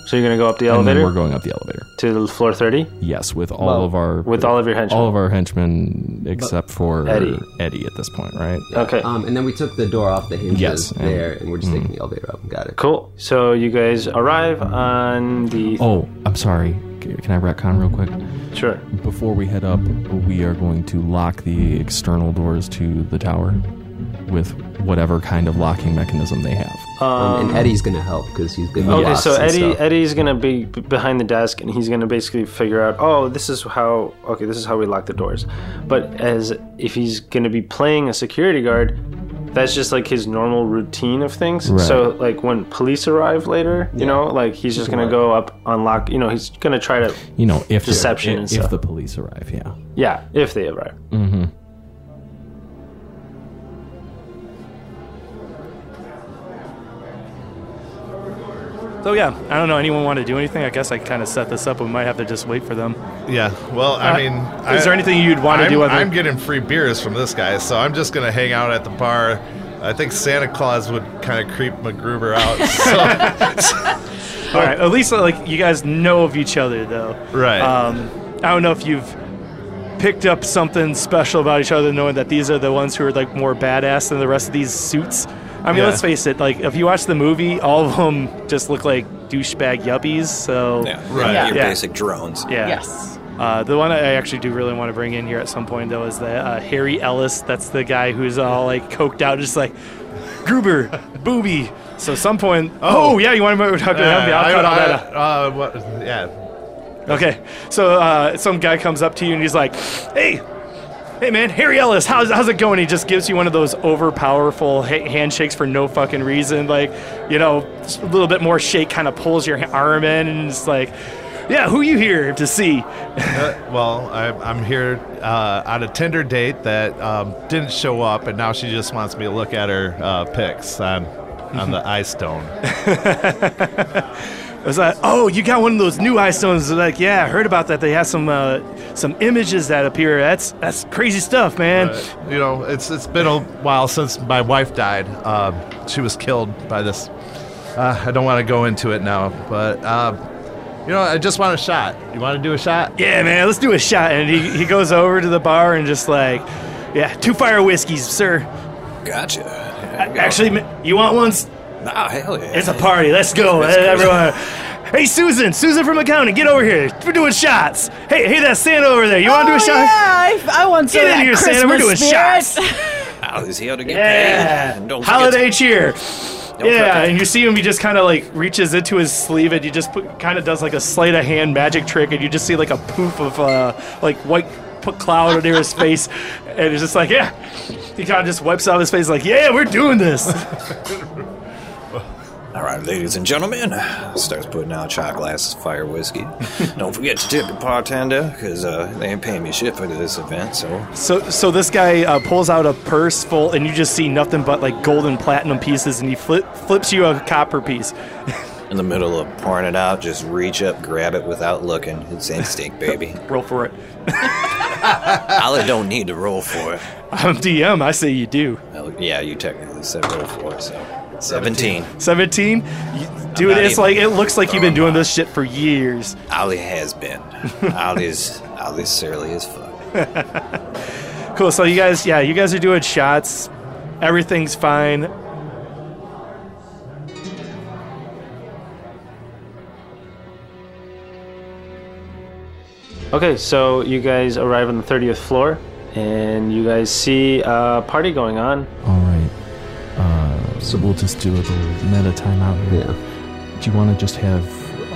[SPEAKER 2] So you're gonna go up the
[SPEAKER 7] And then
[SPEAKER 2] elevator
[SPEAKER 7] we're going up the elevator.
[SPEAKER 2] to floor thirty
[SPEAKER 7] Yes, with all
[SPEAKER 2] Well,
[SPEAKER 7] of our
[SPEAKER 2] with all of your henchmen.
[SPEAKER 7] all of our henchmen except for
[SPEAKER 2] Eddie.
[SPEAKER 7] Eddie at this point, right?
[SPEAKER 2] okay.
[SPEAKER 8] Um, and then we took the door off the hinges
[SPEAKER 7] Yes, and- mm.
[SPEAKER 8] there, and we're just taking the elevator up. Got it.
[SPEAKER 2] Cool. So you guys arrive on the
[SPEAKER 7] Oh, I'm sorry. C- Can I retcon real quick?
[SPEAKER 2] sure.
[SPEAKER 7] Before we head up, we are going to lock the external doors to the tower with whatever kind of locking mechanism they have.
[SPEAKER 2] Uh,
[SPEAKER 8] Um, and Eddie's gonna help because he's good. with
[SPEAKER 2] Okay,
[SPEAKER 8] locks
[SPEAKER 2] so
[SPEAKER 8] and
[SPEAKER 2] Eddie
[SPEAKER 8] stuff.
[SPEAKER 2] Eddie's gonna be b- behind the desk, and he's gonna basically figure out, oh, this is how okay, this is how we lock the doors. But as if he's gonna be playing a security guard, that's just like his normal routine of things. So like when police arrive later, you know, like he's just gonna go up, unlock, you know, he's gonna try to
[SPEAKER 9] You know, if
[SPEAKER 2] Deception and
[SPEAKER 9] if,
[SPEAKER 2] stuff.
[SPEAKER 9] the police arrive, yeah.
[SPEAKER 2] yeah, if they arrive.
[SPEAKER 1] So yeah, I don't know. Anyone want to do anything? I guess I kind of set this up. We might have to just wait for them.
[SPEAKER 3] Yeah. Well, I
[SPEAKER 1] Uh,
[SPEAKER 3] mean,
[SPEAKER 1] is
[SPEAKER 3] I-
[SPEAKER 1] there anything you'd wanna
[SPEAKER 3] I'm-
[SPEAKER 1] do other-
[SPEAKER 3] I'm getting free beers from this guy, so I'm just gonna hang out at the bar. I think Santa Claus would kind of creep MacGruber out. So,
[SPEAKER 1] All right. At least like you guys know of each other though.
[SPEAKER 3] right.
[SPEAKER 1] Um, I don't know if you've picked up something special about each other, knowing that these are the ones who are like more badass than the rest of these suits. I mean,
[SPEAKER 3] Yeah.
[SPEAKER 1] let's face it. Like, if you watch the movie, all of them just look like douchebag yuppies. So,
[SPEAKER 4] Yeah,
[SPEAKER 3] Right.
[SPEAKER 4] Your
[SPEAKER 1] Yeah.
[SPEAKER 4] basic drones.
[SPEAKER 1] yeah.
[SPEAKER 5] Yes.
[SPEAKER 1] Uh, the one I actually do really want to bring in here at some point, though, is the uh, Harry Ellis. That's the guy who's all like coked out, just like Gruber, booby. So, some point. Oh, yeah, you want to talk to him?
[SPEAKER 3] Uh,
[SPEAKER 1] Yeah, I'll
[SPEAKER 3] I-
[SPEAKER 1] cut all
[SPEAKER 3] I-
[SPEAKER 1] that out.
[SPEAKER 3] uh, what- yeah.
[SPEAKER 1] Okay. So uh, some guy comes up to you and he's like, "Hey, hey, man, Harry Ellis, how's how's it going?" He just gives you one of those overpowerful ha- handshakes for no fucking reason, like you know, just a little bit more shake kind of pulls your ha- arm in, and it's like, "Yeah, who you here to see?"
[SPEAKER 3] Well, I, I'm here uh, on a Tinder date that um, didn't show up, and now she just wants me to look at her uh, pics on
[SPEAKER 1] (laughs)
[SPEAKER 3] on the iStone.
[SPEAKER 1] I was like, "Oh, you got one of those new iStones?" They're like, "Yeah, I heard about that. They have some uh, some images that appear. That's that's crazy stuff, man."
[SPEAKER 3] But, you know, it's it's been a while since my wife died. Um, she was killed by this. Uh, I don't want to go into it now, but um, you know, I just want a shot. You want to do a shot?
[SPEAKER 1] yeah, man, let's do a shot. And he, he goes over to the bar and just like, yeah, two fire whiskeys, sir.
[SPEAKER 4] Gotcha. Here we go.
[SPEAKER 1] Actually, ma- you want one? S-
[SPEAKER 4] nah, Ah, hell yeah.
[SPEAKER 1] It's a party. Let's go,
[SPEAKER 4] Let's go.
[SPEAKER 1] everyone. Hey, Susan, Susan from accounting, get over here. We're doing shots. Hey, hey, that Santa over there. You want to do a
[SPEAKER 5] Oh,
[SPEAKER 1] shot?
[SPEAKER 5] Yeah, I, I want some
[SPEAKER 1] Get
[SPEAKER 5] of
[SPEAKER 1] in
[SPEAKER 5] that
[SPEAKER 1] here,
[SPEAKER 5] Christmas
[SPEAKER 1] Santa. We're doing
[SPEAKER 5] spirit.
[SPEAKER 1] shots.
[SPEAKER 4] Wow, he's here to get
[SPEAKER 1] Yeah.
[SPEAKER 4] paid. And don't
[SPEAKER 1] Holiday
[SPEAKER 4] forget
[SPEAKER 1] cheer.
[SPEAKER 4] forget
[SPEAKER 1] Yeah,
[SPEAKER 4] to-
[SPEAKER 1] and you see him. He just kind of like reaches into his sleeve, and you just put, kind of does like a sleight of hand magic trick, and you just see like a poof of uh, like white p- cloud near
[SPEAKER 4] (laughs)
[SPEAKER 1] his face, and it's just like yeah. He kind of just wipes out his face, like yeah, we're doing this.
[SPEAKER 4] (laughs) to- All right, ladies and gentlemen, starts putting out shot glasses,
[SPEAKER 1] (laughs)
[SPEAKER 4] fire whiskey. don't forget to tip the bartender because uh, they ain't paying me shit for this event. So
[SPEAKER 1] So, so this guy uh, pulls out a purse full, and you just see nothing but like gold and platinum pieces, and he flip, flips you a copper piece.
[SPEAKER 4] in the middle of pouring it out, just reach up, grab it without looking. It's
[SPEAKER 1] (laughs)
[SPEAKER 4] instinct, baby.
[SPEAKER 1] Roll for it.
[SPEAKER 4] Olive don't need to roll for it.
[SPEAKER 1] I'm DM. I say you do.
[SPEAKER 4] Well, yeah, you technically said roll for it. So seventeen.
[SPEAKER 1] 17 You- dude
[SPEAKER 4] not
[SPEAKER 1] it's
[SPEAKER 4] even-
[SPEAKER 1] like it looks like you've been doing this shit for years
[SPEAKER 4] Ollie
[SPEAKER 1] (laughs)
[SPEAKER 4] has been. Ollie's Ollie's surly as fuck.
[SPEAKER 1] cool so you guys yeah you guys are doing shots everything's fine
[SPEAKER 2] Okay, so you guys arrive on the 30th floor, and you guys see a party going on.
[SPEAKER 7] All right. Uh, so we'll just do a little meta timeout here.
[SPEAKER 8] Yeah.
[SPEAKER 7] Do you want to just have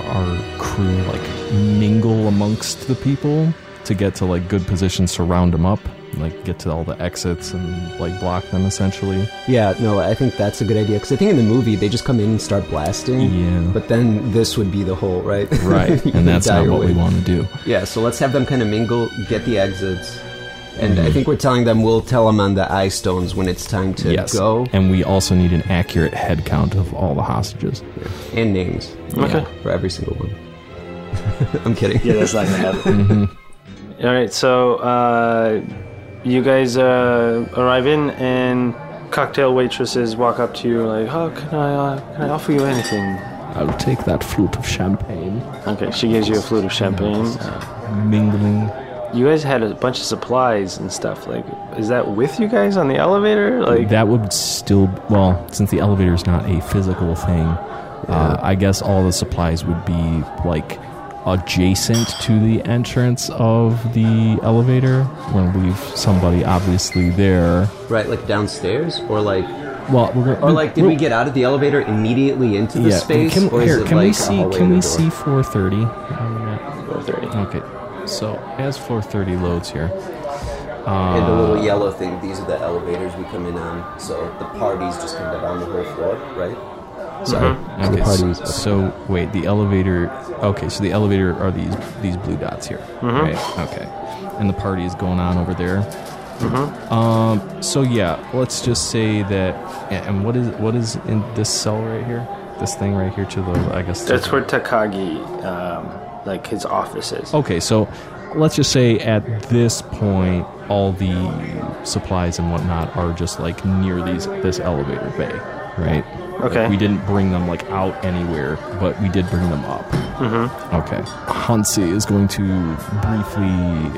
[SPEAKER 7] our crew like mingle amongst the people to get to like good positions to round them up, like get to all the exits and like block them essentially?
[SPEAKER 8] Yeah, no, I think that's a good idea. Because I think in the movie, they just come in and start blasting.
[SPEAKER 7] Yeah.
[SPEAKER 8] But then this would be the whole, right? (laughs)
[SPEAKER 7] Right,
[SPEAKER 8] You
[SPEAKER 7] (laughs) and that's
[SPEAKER 8] die
[SPEAKER 7] not
[SPEAKER 8] your
[SPEAKER 7] what we
[SPEAKER 8] way.
[SPEAKER 7] want to do.
[SPEAKER 8] Yeah, so let's have them kind of mingle, get the exits. And
[SPEAKER 7] Mm-hmm.
[SPEAKER 8] I think we're telling them we'll tell them on the eye stones when it's time to
[SPEAKER 7] Yes,
[SPEAKER 8] go
[SPEAKER 7] and we also need an accurate head count of all the hostages.
[SPEAKER 8] and names
[SPEAKER 7] Okay.
[SPEAKER 8] for every single one. (laughs) I'm kidding. (laughs)
[SPEAKER 2] that's not gonna happen. All right, so uh, you guys uh, arrive in, and cocktail waitresses walk up to you like, "Oh, can I uh, can I offer you anything?"
[SPEAKER 7] I'll take that flute of champagne,
[SPEAKER 2] Okay, she gives you a flute of champagne. Uh,
[SPEAKER 7] mingling.
[SPEAKER 2] you guys had a bunch of supplies and stuff. Like, is that with you guys on the elevator? Like,
[SPEAKER 7] that would still well since the elevator is not a physical thing uh, i guess all the supplies would be like adjacent to the entrance of the elevator we're gonna leave somebody obviously there
[SPEAKER 8] Right, like downstairs? Or like,
[SPEAKER 7] well we're gonna
[SPEAKER 8] or like, did we
[SPEAKER 7] we'll-
[SPEAKER 8] get out of the elevator immediately into the
[SPEAKER 7] yeah,
[SPEAKER 8] space?
[SPEAKER 7] can,
[SPEAKER 8] or is
[SPEAKER 7] here,
[SPEAKER 8] it
[SPEAKER 7] can
[SPEAKER 8] like
[SPEAKER 7] we
[SPEAKER 8] a
[SPEAKER 7] see
[SPEAKER 8] hallway
[SPEAKER 7] can
[SPEAKER 8] to
[SPEAKER 7] we
[SPEAKER 8] a door?
[SPEAKER 7] see 430
[SPEAKER 2] 4:30.
[SPEAKER 7] okay so as 430 loads here
[SPEAKER 8] And the little yellow thing, these are the elevators we come in on. So the party's just kind of on the whole floor, right?
[SPEAKER 7] Sorry.
[SPEAKER 8] So the
[SPEAKER 7] Okay, s-
[SPEAKER 8] parties- okay.
[SPEAKER 7] So wait, the elevator. Okay, so the elevator are these these blue dots here,
[SPEAKER 2] Mm-hmm.
[SPEAKER 7] right? Okay, and the party is going on over there.
[SPEAKER 2] Mm-hmm.
[SPEAKER 7] Um. So yeah, let's just say that. a- And what is what is in this cell right here? This thing right here to the. I guess to
[SPEAKER 2] that's
[SPEAKER 7] the-
[SPEAKER 2] where Takagi, um, like his office is.
[SPEAKER 6] Oh.
[SPEAKER 7] Okay, so let's just say at this point, all the supplies and whatnot are just like near these this elevator bay, right?
[SPEAKER 2] Okay.
[SPEAKER 7] Like, we didn't bring them like out anywhere, but we did bring them up. Mm-hmm. Okay. Hansi is going to briefly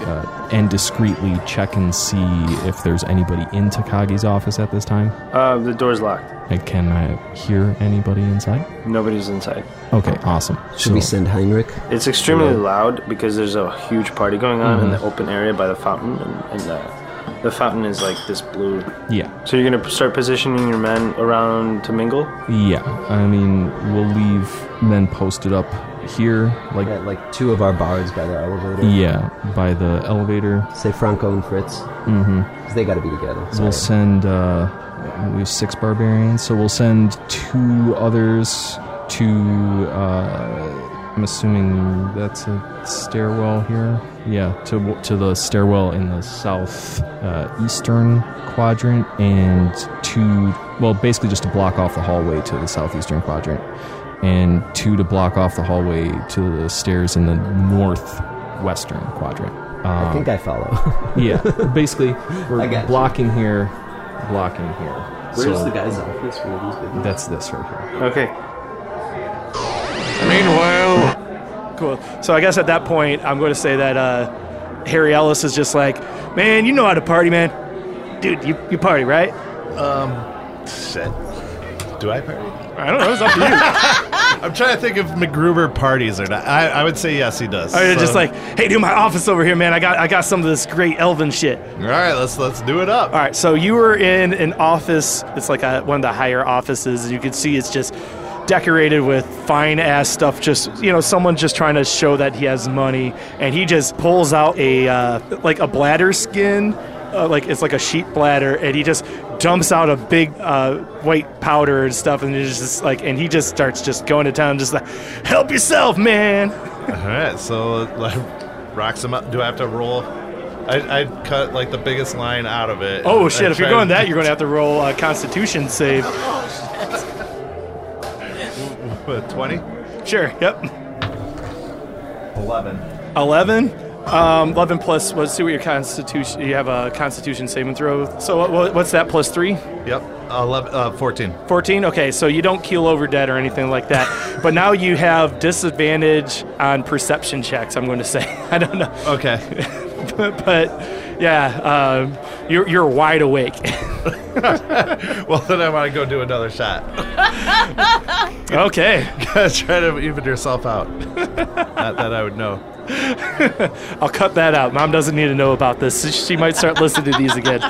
[SPEAKER 7] uh, and discreetly check and see if there's anybody in Takagi's office at this time.
[SPEAKER 2] Uh, the door's locked.
[SPEAKER 7] Like, can I hear anybody inside?
[SPEAKER 2] Nobody's inside.
[SPEAKER 7] Okay, awesome.
[SPEAKER 8] Should we send Heinrich?
[SPEAKER 2] It's extremely loud because there's a huge party going on
[SPEAKER 10] Mm-hmm.
[SPEAKER 2] in the open area by the fountain, and, and
[SPEAKER 10] uh,
[SPEAKER 2] the, the fountain is like this blue.
[SPEAKER 7] Yeah.
[SPEAKER 2] So you're gonna start positioning your men around to mingle.
[SPEAKER 7] Yeah, I mean, we'll leave men posted up here, like
[SPEAKER 8] Got like two of our bards by the elevator.
[SPEAKER 7] yeah, by the elevator.
[SPEAKER 8] Say Franco and Fritz.
[SPEAKER 7] Mm-hmm.
[SPEAKER 8] Because they got to be together.
[SPEAKER 7] We'll
[SPEAKER 8] Sorry.
[SPEAKER 7] send uh, we have six barbarians, so we'll send two others to. Uh, I'm assuming that's a stairwell here. Yeah, to to the stairwell in the south uh, eastern quadrant, and two well, basically just to block off the hallway to the southeastern quadrant, and two to block off the hallway to the stairs in the northwestern quadrant. Um,
[SPEAKER 8] I think I
[SPEAKER 7] (laughs)
[SPEAKER 8] follow.
[SPEAKER 7] yeah, basically,
[SPEAKER 8] I
[SPEAKER 7] we're
[SPEAKER 8] got you.
[SPEAKER 7] blocking here, blocking here. so
[SPEAKER 8] guy's office? Where are these guys?
[SPEAKER 7] That's this right here.
[SPEAKER 6] Okay.
[SPEAKER 3] Meanwhile,
[SPEAKER 1] Cool. So I guess at that point, I'm going to say that uh, Harry Ellis is just like, man, you know how to party, man. Dude, you, you party, right?
[SPEAKER 3] shit. Do I party?
[SPEAKER 1] I don't know. It's up to you.
[SPEAKER 3] I'm trying to think if McGruber parties or not. I, I would say yes, he
[SPEAKER 1] (laughs)
[SPEAKER 3] does.
[SPEAKER 1] Or you're
[SPEAKER 3] So-
[SPEAKER 1] just like, hey, dude, my office over here, man. I got I got some of this great elven shit.
[SPEAKER 3] all right, let's let's do it up.
[SPEAKER 1] All right, so you were in an office. It's like a, one of the higher offices. You can see it's just decorated with fine ass stuff. Just you know, someone just trying to show that he has money, and he just pulls out a uh, like a bladder skin, uh, like it's like a sheet bladder, and he just dumps out a big uh, white powder and stuff, and it's just like, and he just starts just going to town, just like, help yourself, man.
[SPEAKER 3] All right, so (laughs) like, rocks him up. Do I have to roll? I, I cut like the biggest line out of it.
[SPEAKER 1] Oh
[SPEAKER 3] and-
[SPEAKER 1] shit!
[SPEAKER 3] and
[SPEAKER 1] if you're
[SPEAKER 3] try
[SPEAKER 1] going
[SPEAKER 3] and-
[SPEAKER 1] that, you're going to
[SPEAKER 3] (laughs)
[SPEAKER 1] have to roll uh, Constitution save.
[SPEAKER 3] with twenty.
[SPEAKER 1] Sure. Yep.
[SPEAKER 3] Eleven.
[SPEAKER 1] Eleven. Um, Eleven plus. Let's see what your Constitution. You have a Constitution saving throw. So what- what, what's that? Plus three.
[SPEAKER 3] Yep. Eleven. Uh, Fourteen.
[SPEAKER 1] 14 okay so you don't keel over dead or anything like that but now you have disadvantage on perception checks i'm going to say (laughs) i don't know
[SPEAKER 3] Okay.
[SPEAKER 1] but, but, yeah um, you're, you're wide awake
[SPEAKER 3] (laughs)
[SPEAKER 1] (laughs)
[SPEAKER 3] well, then I want to go do another shot.
[SPEAKER 1] (laughs)
[SPEAKER 3] (laughs)
[SPEAKER 1] okay
[SPEAKER 3] Try to even
[SPEAKER 1] (laughs)
[SPEAKER 3] yourself out. Not that I would know.
[SPEAKER 1] i'll cut that out mom doesn't need to know about this she might start listening to
[SPEAKER 10] (laughs)
[SPEAKER 1] these again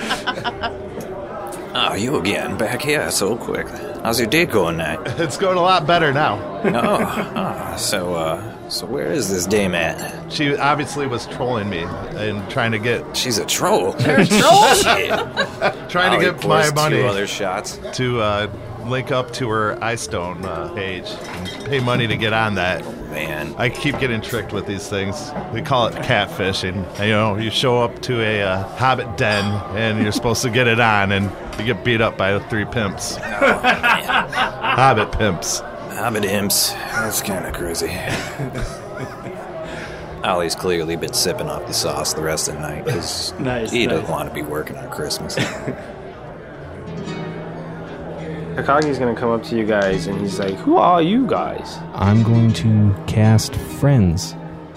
[SPEAKER 4] Oh, you again back here so quick. How's your day going now?
[SPEAKER 3] It's going a lot better now.
[SPEAKER 4] oh, ah, so uh, so where is this dame at?
[SPEAKER 3] She obviously was trolling me and trying to get
[SPEAKER 4] She's
[SPEAKER 3] (laughs)
[SPEAKER 4] a troll. Shit.
[SPEAKER 3] trying
[SPEAKER 4] Now he
[SPEAKER 3] to get my
[SPEAKER 4] pours
[SPEAKER 3] money
[SPEAKER 4] Two other shots.
[SPEAKER 3] to uh, link up to her iStone uh, page and pay money to get on that.
[SPEAKER 4] Man,
[SPEAKER 3] I keep getting tricked with these things. They call it catfishing. You know, you show up to a uh, hobbit den and you're supposed to get it on, and you get beat up by three pimps. hobbit pimps.
[SPEAKER 4] hobbit imps. That's kind
[SPEAKER 3] (laughs)
[SPEAKER 4] of crazy. Ollie's clearly been sipping off the sauce the rest of the night because
[SPEAKER 1] (laughs) Nice,
[SPEAKER 4] he
[SPEAKER 1] nice.
[SPEAKER 4] doesn't want to be working on
[SPEAKER 3] (laughs)
[SPEAKER 4] Christmas.
[SPEAKER 10] Kakagi's gonna come up to you guys and he's like, Who are you guys?
[SPEAKER 7] I'm going to cast Friends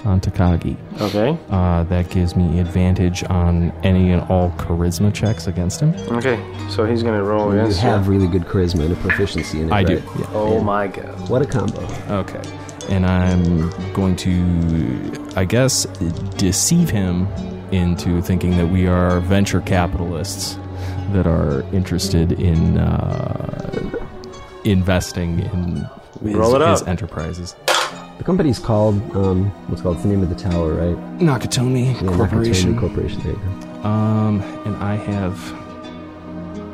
[SPEAKER 7] on Takagi.
[SPEAKER 10] Okay.
[SPEAKER 7] Uh, that gives me advantage on any and all charisma checks against him.
[SPEAKER 10] Okay. So he's gonna roll
[SPEAKER 8] Oh, You
[SPEAKER 10] against you.
[SPEAKER 8] have really good charisma and a proficiency in it.
[SPEAKER 7] I do.
[SPEAKER 8] right?
[SPEAKER 7] Yeah.
[SPEAKER 10] Oh my god.
[SPEAKER 8] What a combo.
[SPEAKER 7] Okay. And I'm going to, I guess, deceive him into thinking that we are venture capitalists that are interested in uh, investing in his,
[SPEAKER 10] Roll it up.
[SPEAKER 7] his enterprises.
[SPEAKER 8] The company's called, um, what's called? It's the name of the tower, right?
[SPEAKER 7] Nakatomi
[SPEAKER 8] Yeah, Nakatomi
[SPEAKER 7] Corporation.
[SPEAKER 8] Corporation. There you go.
[SPEAKER 7] Um, and I have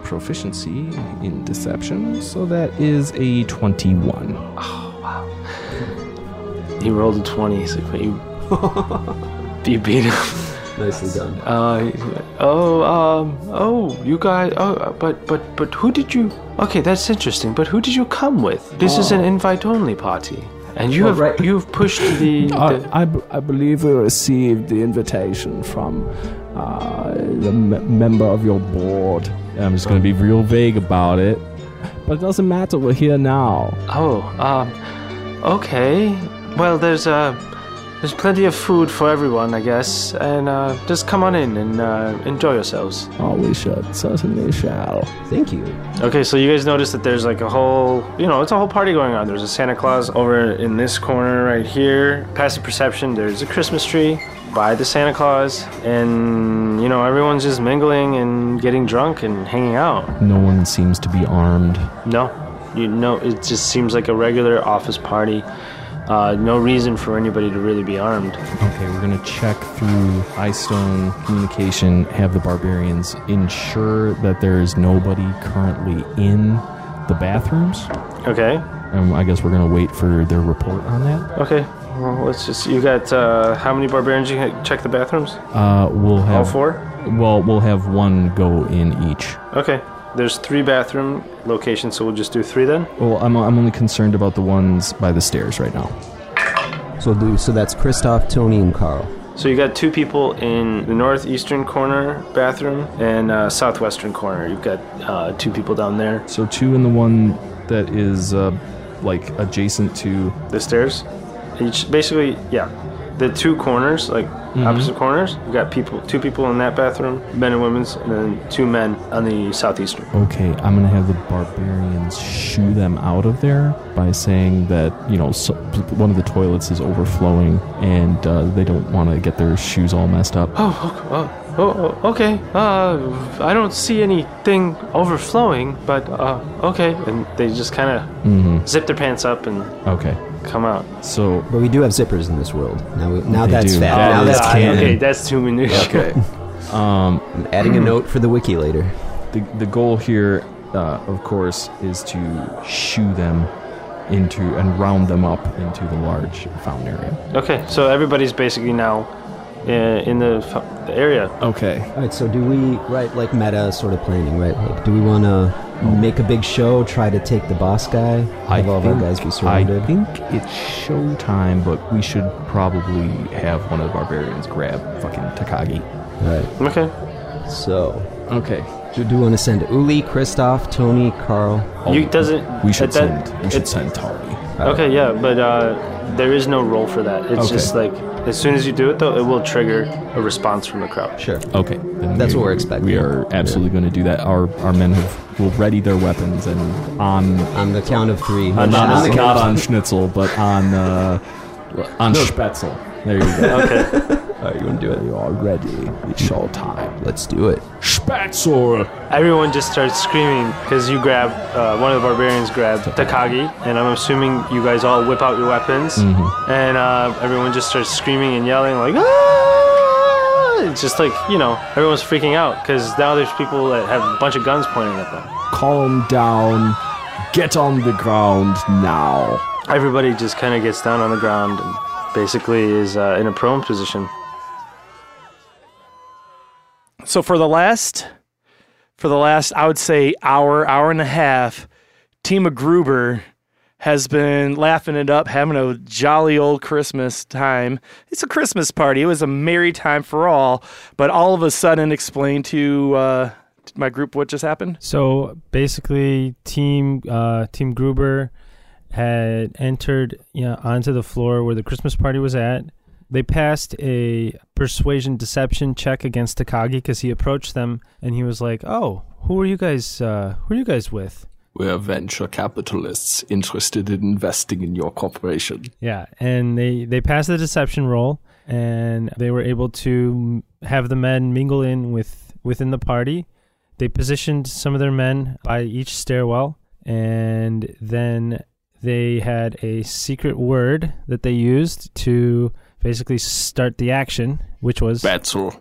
[SPEAKER 7] proficiency in deception, so that is a 21.
[SPEAKER 10] He rolled a 20. He's like, "What, you, you (laughs) beat him.
[SPEAKER 8] Nicely done.
[SPEAKER 10] Uh, he's like, oh, um, oh, you guys, oh, but, but, but who did you, okay, that's interesting, but who did you come with? This is an invite-only party. And you
[SPEAKER 8] Well,
[SPEAKER 10] have,
[SPEAKER 8] right-
[SPEAKER 10] you've (laughs) pushed the, the
[SPEAKER 9] I, I b- I believe we received the invitation from uh, the m- member of your board.
[SPEAKER 7] I'm just going to be real vague about it, Uh,
[SPEAKER 9] But it doesn't matter, we're here now.
[SPEAKER 10] Oh, um, okay. Well, there's uh, there's plenty of food for everyone, I guess, and uh, just come on in and uh, enjoy yourselves.
[SPEAKER 9] Oh, we should. Certainly shall.
[SPEAKER 8] Thank you.
[SPEAKER 10] Okay, so you guys notice that there's like a whole, you know, it's a whole party going on. There's a Santa Claus over in this corner right here. Passive perception. There's a Christmas tree by the Santa Claus, and you know everyone's just mingling and getting drunk and hanging out.
[SPEAKER 7] no one seems to be armed.
[SPEAKER 10] No, you know, it just seems like a regular office party. Uh, no reason for anybody to really be armed.
[SPEAKER 7] Okay, we're gonna check through iStone communication, have the barbarians ensure that there is nobody currently in the bathrooms.
[SPEAKER 10] Okay.
[SPEAKER 7] Um, I guess we're gonna wait for their report on that.
[SPEAKER 10] Okay. Well, let's just. You got uh, how many barbarians you can check the bathrooms?
[SPEAKER 7] Uh, we'll have
[SPEAKER 10] All four?
[SPEAKER 7] Well, we'll have one go in each.
[SPEAKER 10] Okay. There's three bathroom locations, so we'll just do three then.
[SPEAKER 7] Well, I'm, I'm only concerned about the ones by the stairs right now.
[SPEAKER 8] So do so that's Christoph, Tony, and Carl.
[SPEAKER 10] So you got two people in the northeastern corner bathroom and uh, southwestern corner. You've got uh, two people down there.
[SPEAKER 7] So two in the one that is uh, like adjacent to.
[SPEAKER 10] The stairs. And you just basically, yeah, the two corners, like opposite corners. You've got people, two people in that bathroom, men and women's, and then two men on the southeastern.
[SPEAKER 7] Okay, I'm gonna have the barbarians shoo them out of there by saying that you know so, one of the toilets is overflowing and uh, they don't want to get their shoes all messed up. (gasps)
[SPEAKER 10] Oh, okay. Oh, oh, oh, okay. Uh, I don't see anything overflowing, but uh, okay. And they just kind of
[SPEAKER 7] Mhm.
[SPEAKER 10] zip their pants up and
[SPEAKER 7] Okay,
[SPEAKER 10] come out.
[SPEAKER 7] so
[SPEAKER 8] But we do have zippers in this world. Now, we, now
[SPEAKER 7] They
[SPEAKER 8] that's
[SPEAKER 7] do.
[SPEAKER 8] fact.
[SPEAKER 7] That is
[SPEAKER 8] now Oh, that's
[SPEAKER 10] okay,
[SPEAKER 7] canon.
[SPEAKER 10] okay, that's too minutiae.
[SPEAKER 7] okay, um,
[SPEAKER 8] I'm
[SPEAKER 7] (clears throat)
[SPEAKER 8] adding a note for the wiki later.
[SPEAKER 7] the the goal here, uh, of course, is to shoo them into and round them up into the large fountain area.
[SPEAKER 10] Okay, so everybody's basically now uh, in the, f- the area.
[SPEAKER 7] Okay,
[SPEAKER 8] All right, so do we right like meta sort of planning, right? Like, do we want to make a big show, try to take the boss guy, have all of our guys be surrounded?
[SPEAKER 7] I think it's showtime, but we should probably have one of the barbarians grab fucking Takagi.
[SPEAKER 8] all right,
[SPEAKER 10] Okay.
[SPEAKER 8] so
[SPEAKER 7] Okay.
[SPEAKER 8] do we want to send Uli, Christoph, Tony, Carl?
[SPEAKER 10] You doesn't.
[SPEAKER 7] Oh, We
[SPEAKER 10] at
[SPEAKER 7] should
[SPEAKER 10] that-
[SPEAKER 7] send. We should
[SPEAKER 10] it-
[SPEAKER 7] send Tari.
[SPEAKER 10] Okay, yeah, but uh, there is no role for that. It's
[SPEAKER 7] Okay.
[SPEAKER 10] just like as soon as you do it, though, it will trigger a response from the crowd.
[SPEAKER 8] Sure.
[SPEAKER 7] Okay. then
[SPEAKER 8] That's
[SPEAKER 7] we-
[SPEAKER 8] what we're expecting.
[SPEAKER 7] We are absolutely going to do that. Our our men have will ready their weapons and on
[SPEAKER 8] On the count of three.
[SPEAKER 7] uh,
[SPEAKER 8] On
[SPEAKER 7] not,
[SPEAKER 8] the
[SPEAKER 7] on,
[SPEAKER 8] count
[SPEAKER 7] not
[SPEAKER 8] of-
[SPEAKER 7] on Schnitzel, but on uh, on Spetzel. There you go.
[SPEAKER 10] Okay.
[SPEAKER 7] (laughs) All right, you want to do it? You are ready. It's showtime.
[SPEAKER 8] Let's do it.
[SPEAKER 7] Spetzel.
[SPEAKER 10] Everyone just starts screaming because you grab uh, one of the barbarians grabbed Takagi, and I'm assuming you guys all whip out your weapons, and uh, everyone just starts screaming and yelling like. "Ah!" It's just like you know, everyone's freaking out because now there's people that have a bunch of guns pointing at them.
[SPEAKER 9] Calm down. Get on the ground now.
[SPEAKER 10] Everybody just kind of gets down on the ground and basically is uh, in a prone position.
[SPEAKER 1] So for the last, for the last, I would say hour, hour and a half, Team of Gruber has been laughing it up, having a jolly old Christmas time. It's a Christmas party. It was a merry time for all. But all of a sudden, explain to uh, my group what just happened.
[SPEAKER 2] So basically, team uh, team Gruber had entered you know, onto the floor where the Christmas party was at. They passed a persuasion deception check against Takagi because he approached them and he was like, "Oh, who are you guys? Uh, who are you guys with?"
[SPEAKER 9] We're venture capitalists interested in investing in your corporation.
[SPEAKER 2] Yeah, and they they passed the deception roll, and they were able to have the men mingle in with within the party. They positioned some of their men by each stairwell, and then they had a secret word that they used to basically start the action, which was (laughs)
[SPEAKER 9] Spetzel.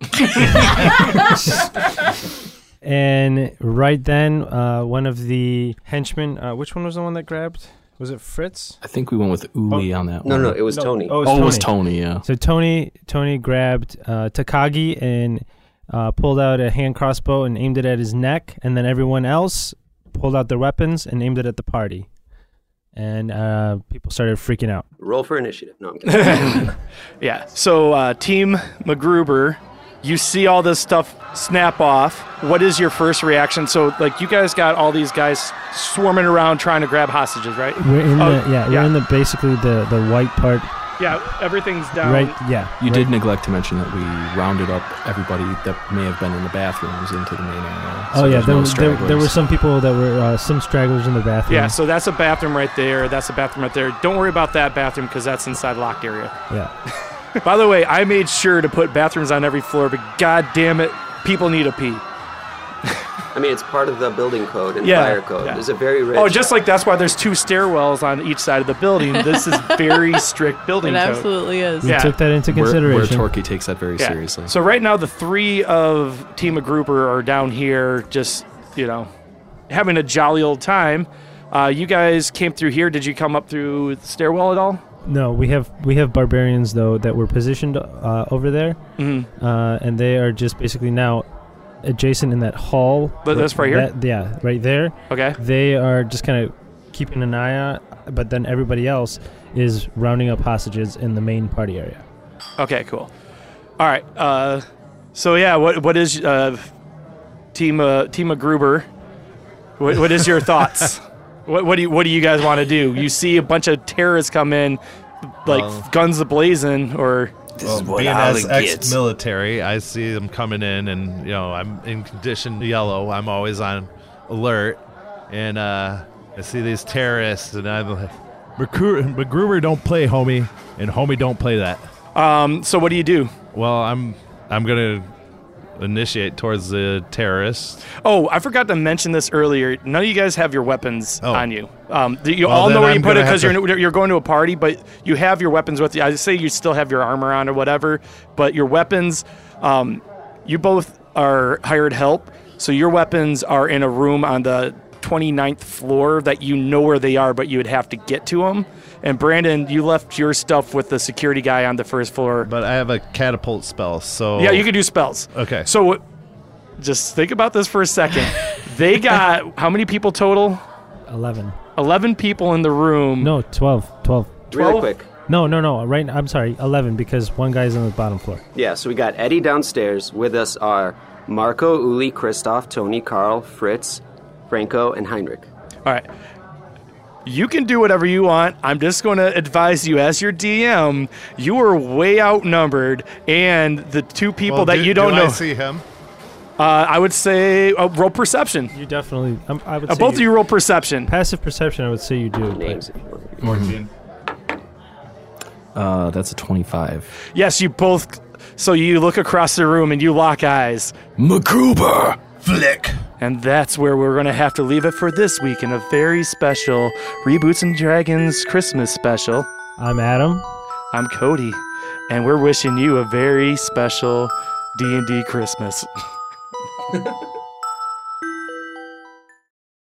[SPEAKER 2] and right then uh, one of the henchmen. Uh, which one was the one that grabbed? Was it Fritz?
[SPEAKER 7] I think we went with Uli on that
[SPEAKER 6] No,
[SPEAKER 7] one.
[SPEAKER 6] no, it was Tony.
[SPEAKER 2] Oh, it was
[SPEAKER 7] Oh, it was
[SPEAKER 2] Tony.
[SPEAKER 7] Tony. Yeah.
[SPEAKER 2] So Tony Tony grabbed uh, Takagi and uh, pulled out a hand crossbow and aimed it at his neck, and then everyone else pulled out their weapons and aimed it at the party, and uh, people started freaking out.
[SPEAKER 6] Roll for initiative. No,
[SPEAKER 1] (laughs)
[SPEAKER 6] I'm kidding.
[SPEAKER 1] Yeah. So, uh, Team MacGruber, you see all this stuff snap off. What is your first reaction? So, like, you guys got all these guys swarming around trying to grab hostages, right?
[SPEAKER 2] We're in
[SPEAKER 1] Oh,
[SPEAKER 2] the yeah,
[SPEAKER 1] yeah.
[SPEAKER 2] we're in the basically the the white part
[SPEAKER 1] Yeah, everything's down.
[SPEAKER 2] right yeah
[SPEAKER 7] You
[SPEAKER 2] right-
[SPEAKER 7] did neglect to mention that we rounded up everybody that may have been in the bathrooms into the main area.
[SPEAKER 2] Oh
[SPEAKER 7] So
[SPEAKER 2] yeah,
[SPEAKER 7] there's
[SPEAKER 2] there,
[SPEAKER 7] no
[SPEAKER 2] was- there, there were
[SPEAKER 7] stragglers.
[SPEAKER 2] some people that were uh, some stragglers in the bathroom.
[SPEAKER 1] Yeah, so that's a bathroom right there. That's a bathroom right there. Don't worry about that bathroom because that's inside locked area.
[SPEAKER 2] yeah.
[SPEAKER 1] By the way, I made sure to put bathrooms on every floor, but god damn it, people need a pee.
[SPEAKER 6] I mean, it's part of the building code and
[SPEAKER 1] Yeah,
[SPEAKER 6] fire code.
[SPEAKER 1] yeah.
[SPEAKER 6] There's a very rich.
[SPEAKER 1] Oh, just like that's why there's two stairwells on each side of the building. This is very strict building
[SPEAKER 5] (laughs) It
[SPEAKER 1] code.
[SPEAKER 5] absolutely is.
[SPEAKER 1] (laughs)
[SPEAKER 2] We
[SPEAKER 1] Yeah.
[SPEAKER 2] took that into
[SPEAKER 7] Where- Where,
[SPEAKER 2] consideration.
[SPEAKER 7] Torquay takes that very
[SPEAKER 1] Yeah.
[SPEAKER 7] seriously.
[SPEAKER 1] So right now, the three of Team Grouper are down here, just you know, having a jolly old time. Uh, you guys came through here. Did you come up through the stairwell at all?
[SPEAKER 2] No, we have we have barbarians though that were positioned uh, over there, mm-hmm. uh, and they are just basically now adjacent in that hall.
[SPEAKER 1] Th- this right here?
[SPEAKER 2] that- yeah, right there.
[SPEAKER 1] Okay.
[SPEAKER 2] They are just kind of keeping an eye out, but then everybody else is rounding up hostages in the main party area.
[SPEAKER 1] Okay. Cool. All right. Uh, so yeah, what what is uh, Team uh, Team Gruber? What, what is your thoughts? What, what do you what do you guys want to do? You see a bunch of terrorists come in, like guns ablazing, or
[SPEAKER 4] This is what
[SPEAKER 3] Being
[SPEAKER 4] Ollie
[SPEAKER 3] as
[SPEAKER 4] gets.
[SPEAKER 3] ex-military, I see them coming in, and you know I'm in condition yellow. I'm always on alert, and uh, I see these terrorists, and I'm like, McGru- McGruber don't play, homie, and homie don't play that.
[SPEAKER 1] um. So what do you do?
[SPEAKER 3] Well, I'm I'm gonna initiate towards the terrorists.
[SPEAKER 1] Oh, I forgot to mention this earlier. None of you guys have your weapons
[SPEAKER 3] Oh.
[SPEAKER 1] on you. Um, th- you
[SPEAKER 3] Well,
[SPEAKER 1] all know
[SPEAKER 3] then
[SPEAKER 1] where you
[SPEAKER 3] I'm
[SPEAKER 1] put it
[SPEAKER 3] gonna
[SPEAKER 1] because
[SPEAKER 3] have to-
[SPEAKER 1] you're you're going to a party, but you have your weapons with you. I say you still have your armor on or whatever, but your weapons. Um, you both are hired help, so your weapons are in a room on the 29th floor that you know where they are, but you would have to get to them. And Brandon, you left your stuff with the security guy on the first floor.
[SPEAKER 3] But I have a catapult spell, so
[SPEAKER 1] Yeah, you can do spells.
[SPEAKER 3] Oh. Okay.
[SPEAKER 1] So what- just think about this for a
[SPEAKER 3] (laughs)
[SPEAKER 1] second. they got how many people total?
[SPEAKER 2] Eleven.
[SPEAKER 1] 11 people in the room.
[SPEAKER 2] No, 12. 12.
[SPEAKER 6] really
[SPEAKER 1] Twelve?
[SPEAKER 6] quick.
[SPEAKER 2] No, no, no. Right. I'm sorry. Eleven because one guy's on the bottom floor.
[SPEAKER 6] Yeah, so we got Eddie downstairs. With us are Marco, Uli, Christoph, Tony, Carl, Fritz, Franco, and Heinrich.
[SPEAKER 1] All right. You can do whatever you want. I'm just going to advise you as your DM, you are way outnumbered and the two people
[SPEAKER 3] Well,
[SPEAKER 1] that
[SPEAKER 3] do-
[SPEAKER 1] you don't
[SPEAKER 3] do
[SPEAKER 1] know.
[SPEAKER 3] I see him.
[SPEAKER 1] Uh, I would say uh, roll perception.
[SPEAKER 2] You definitely. I'm, I would.
[SPEAKER 1] Uh,
[SPEAKER 2] say
[SPEAKER 1] both of you roll perception.
[SPEAKER 2] Passive perception. I would say you do. but-
[SPEAKER 6] Names. if you want.
[SPEAKER 7] Uh, that's a 25.
[SPEAKER 1] Yes, you both so you look across the room and you lock eyes.
[SPEAKER 7] MacGruber! Flick!
[SPEAKER 1] And that's where we're going to have to leave it for this week in a very special Reboots and Dragons Christmas special.
[SPEAKER 2] I'm Adam.
[SPEAKER 1] I'm Cody, and we're wishing you a very special D&D Christmas.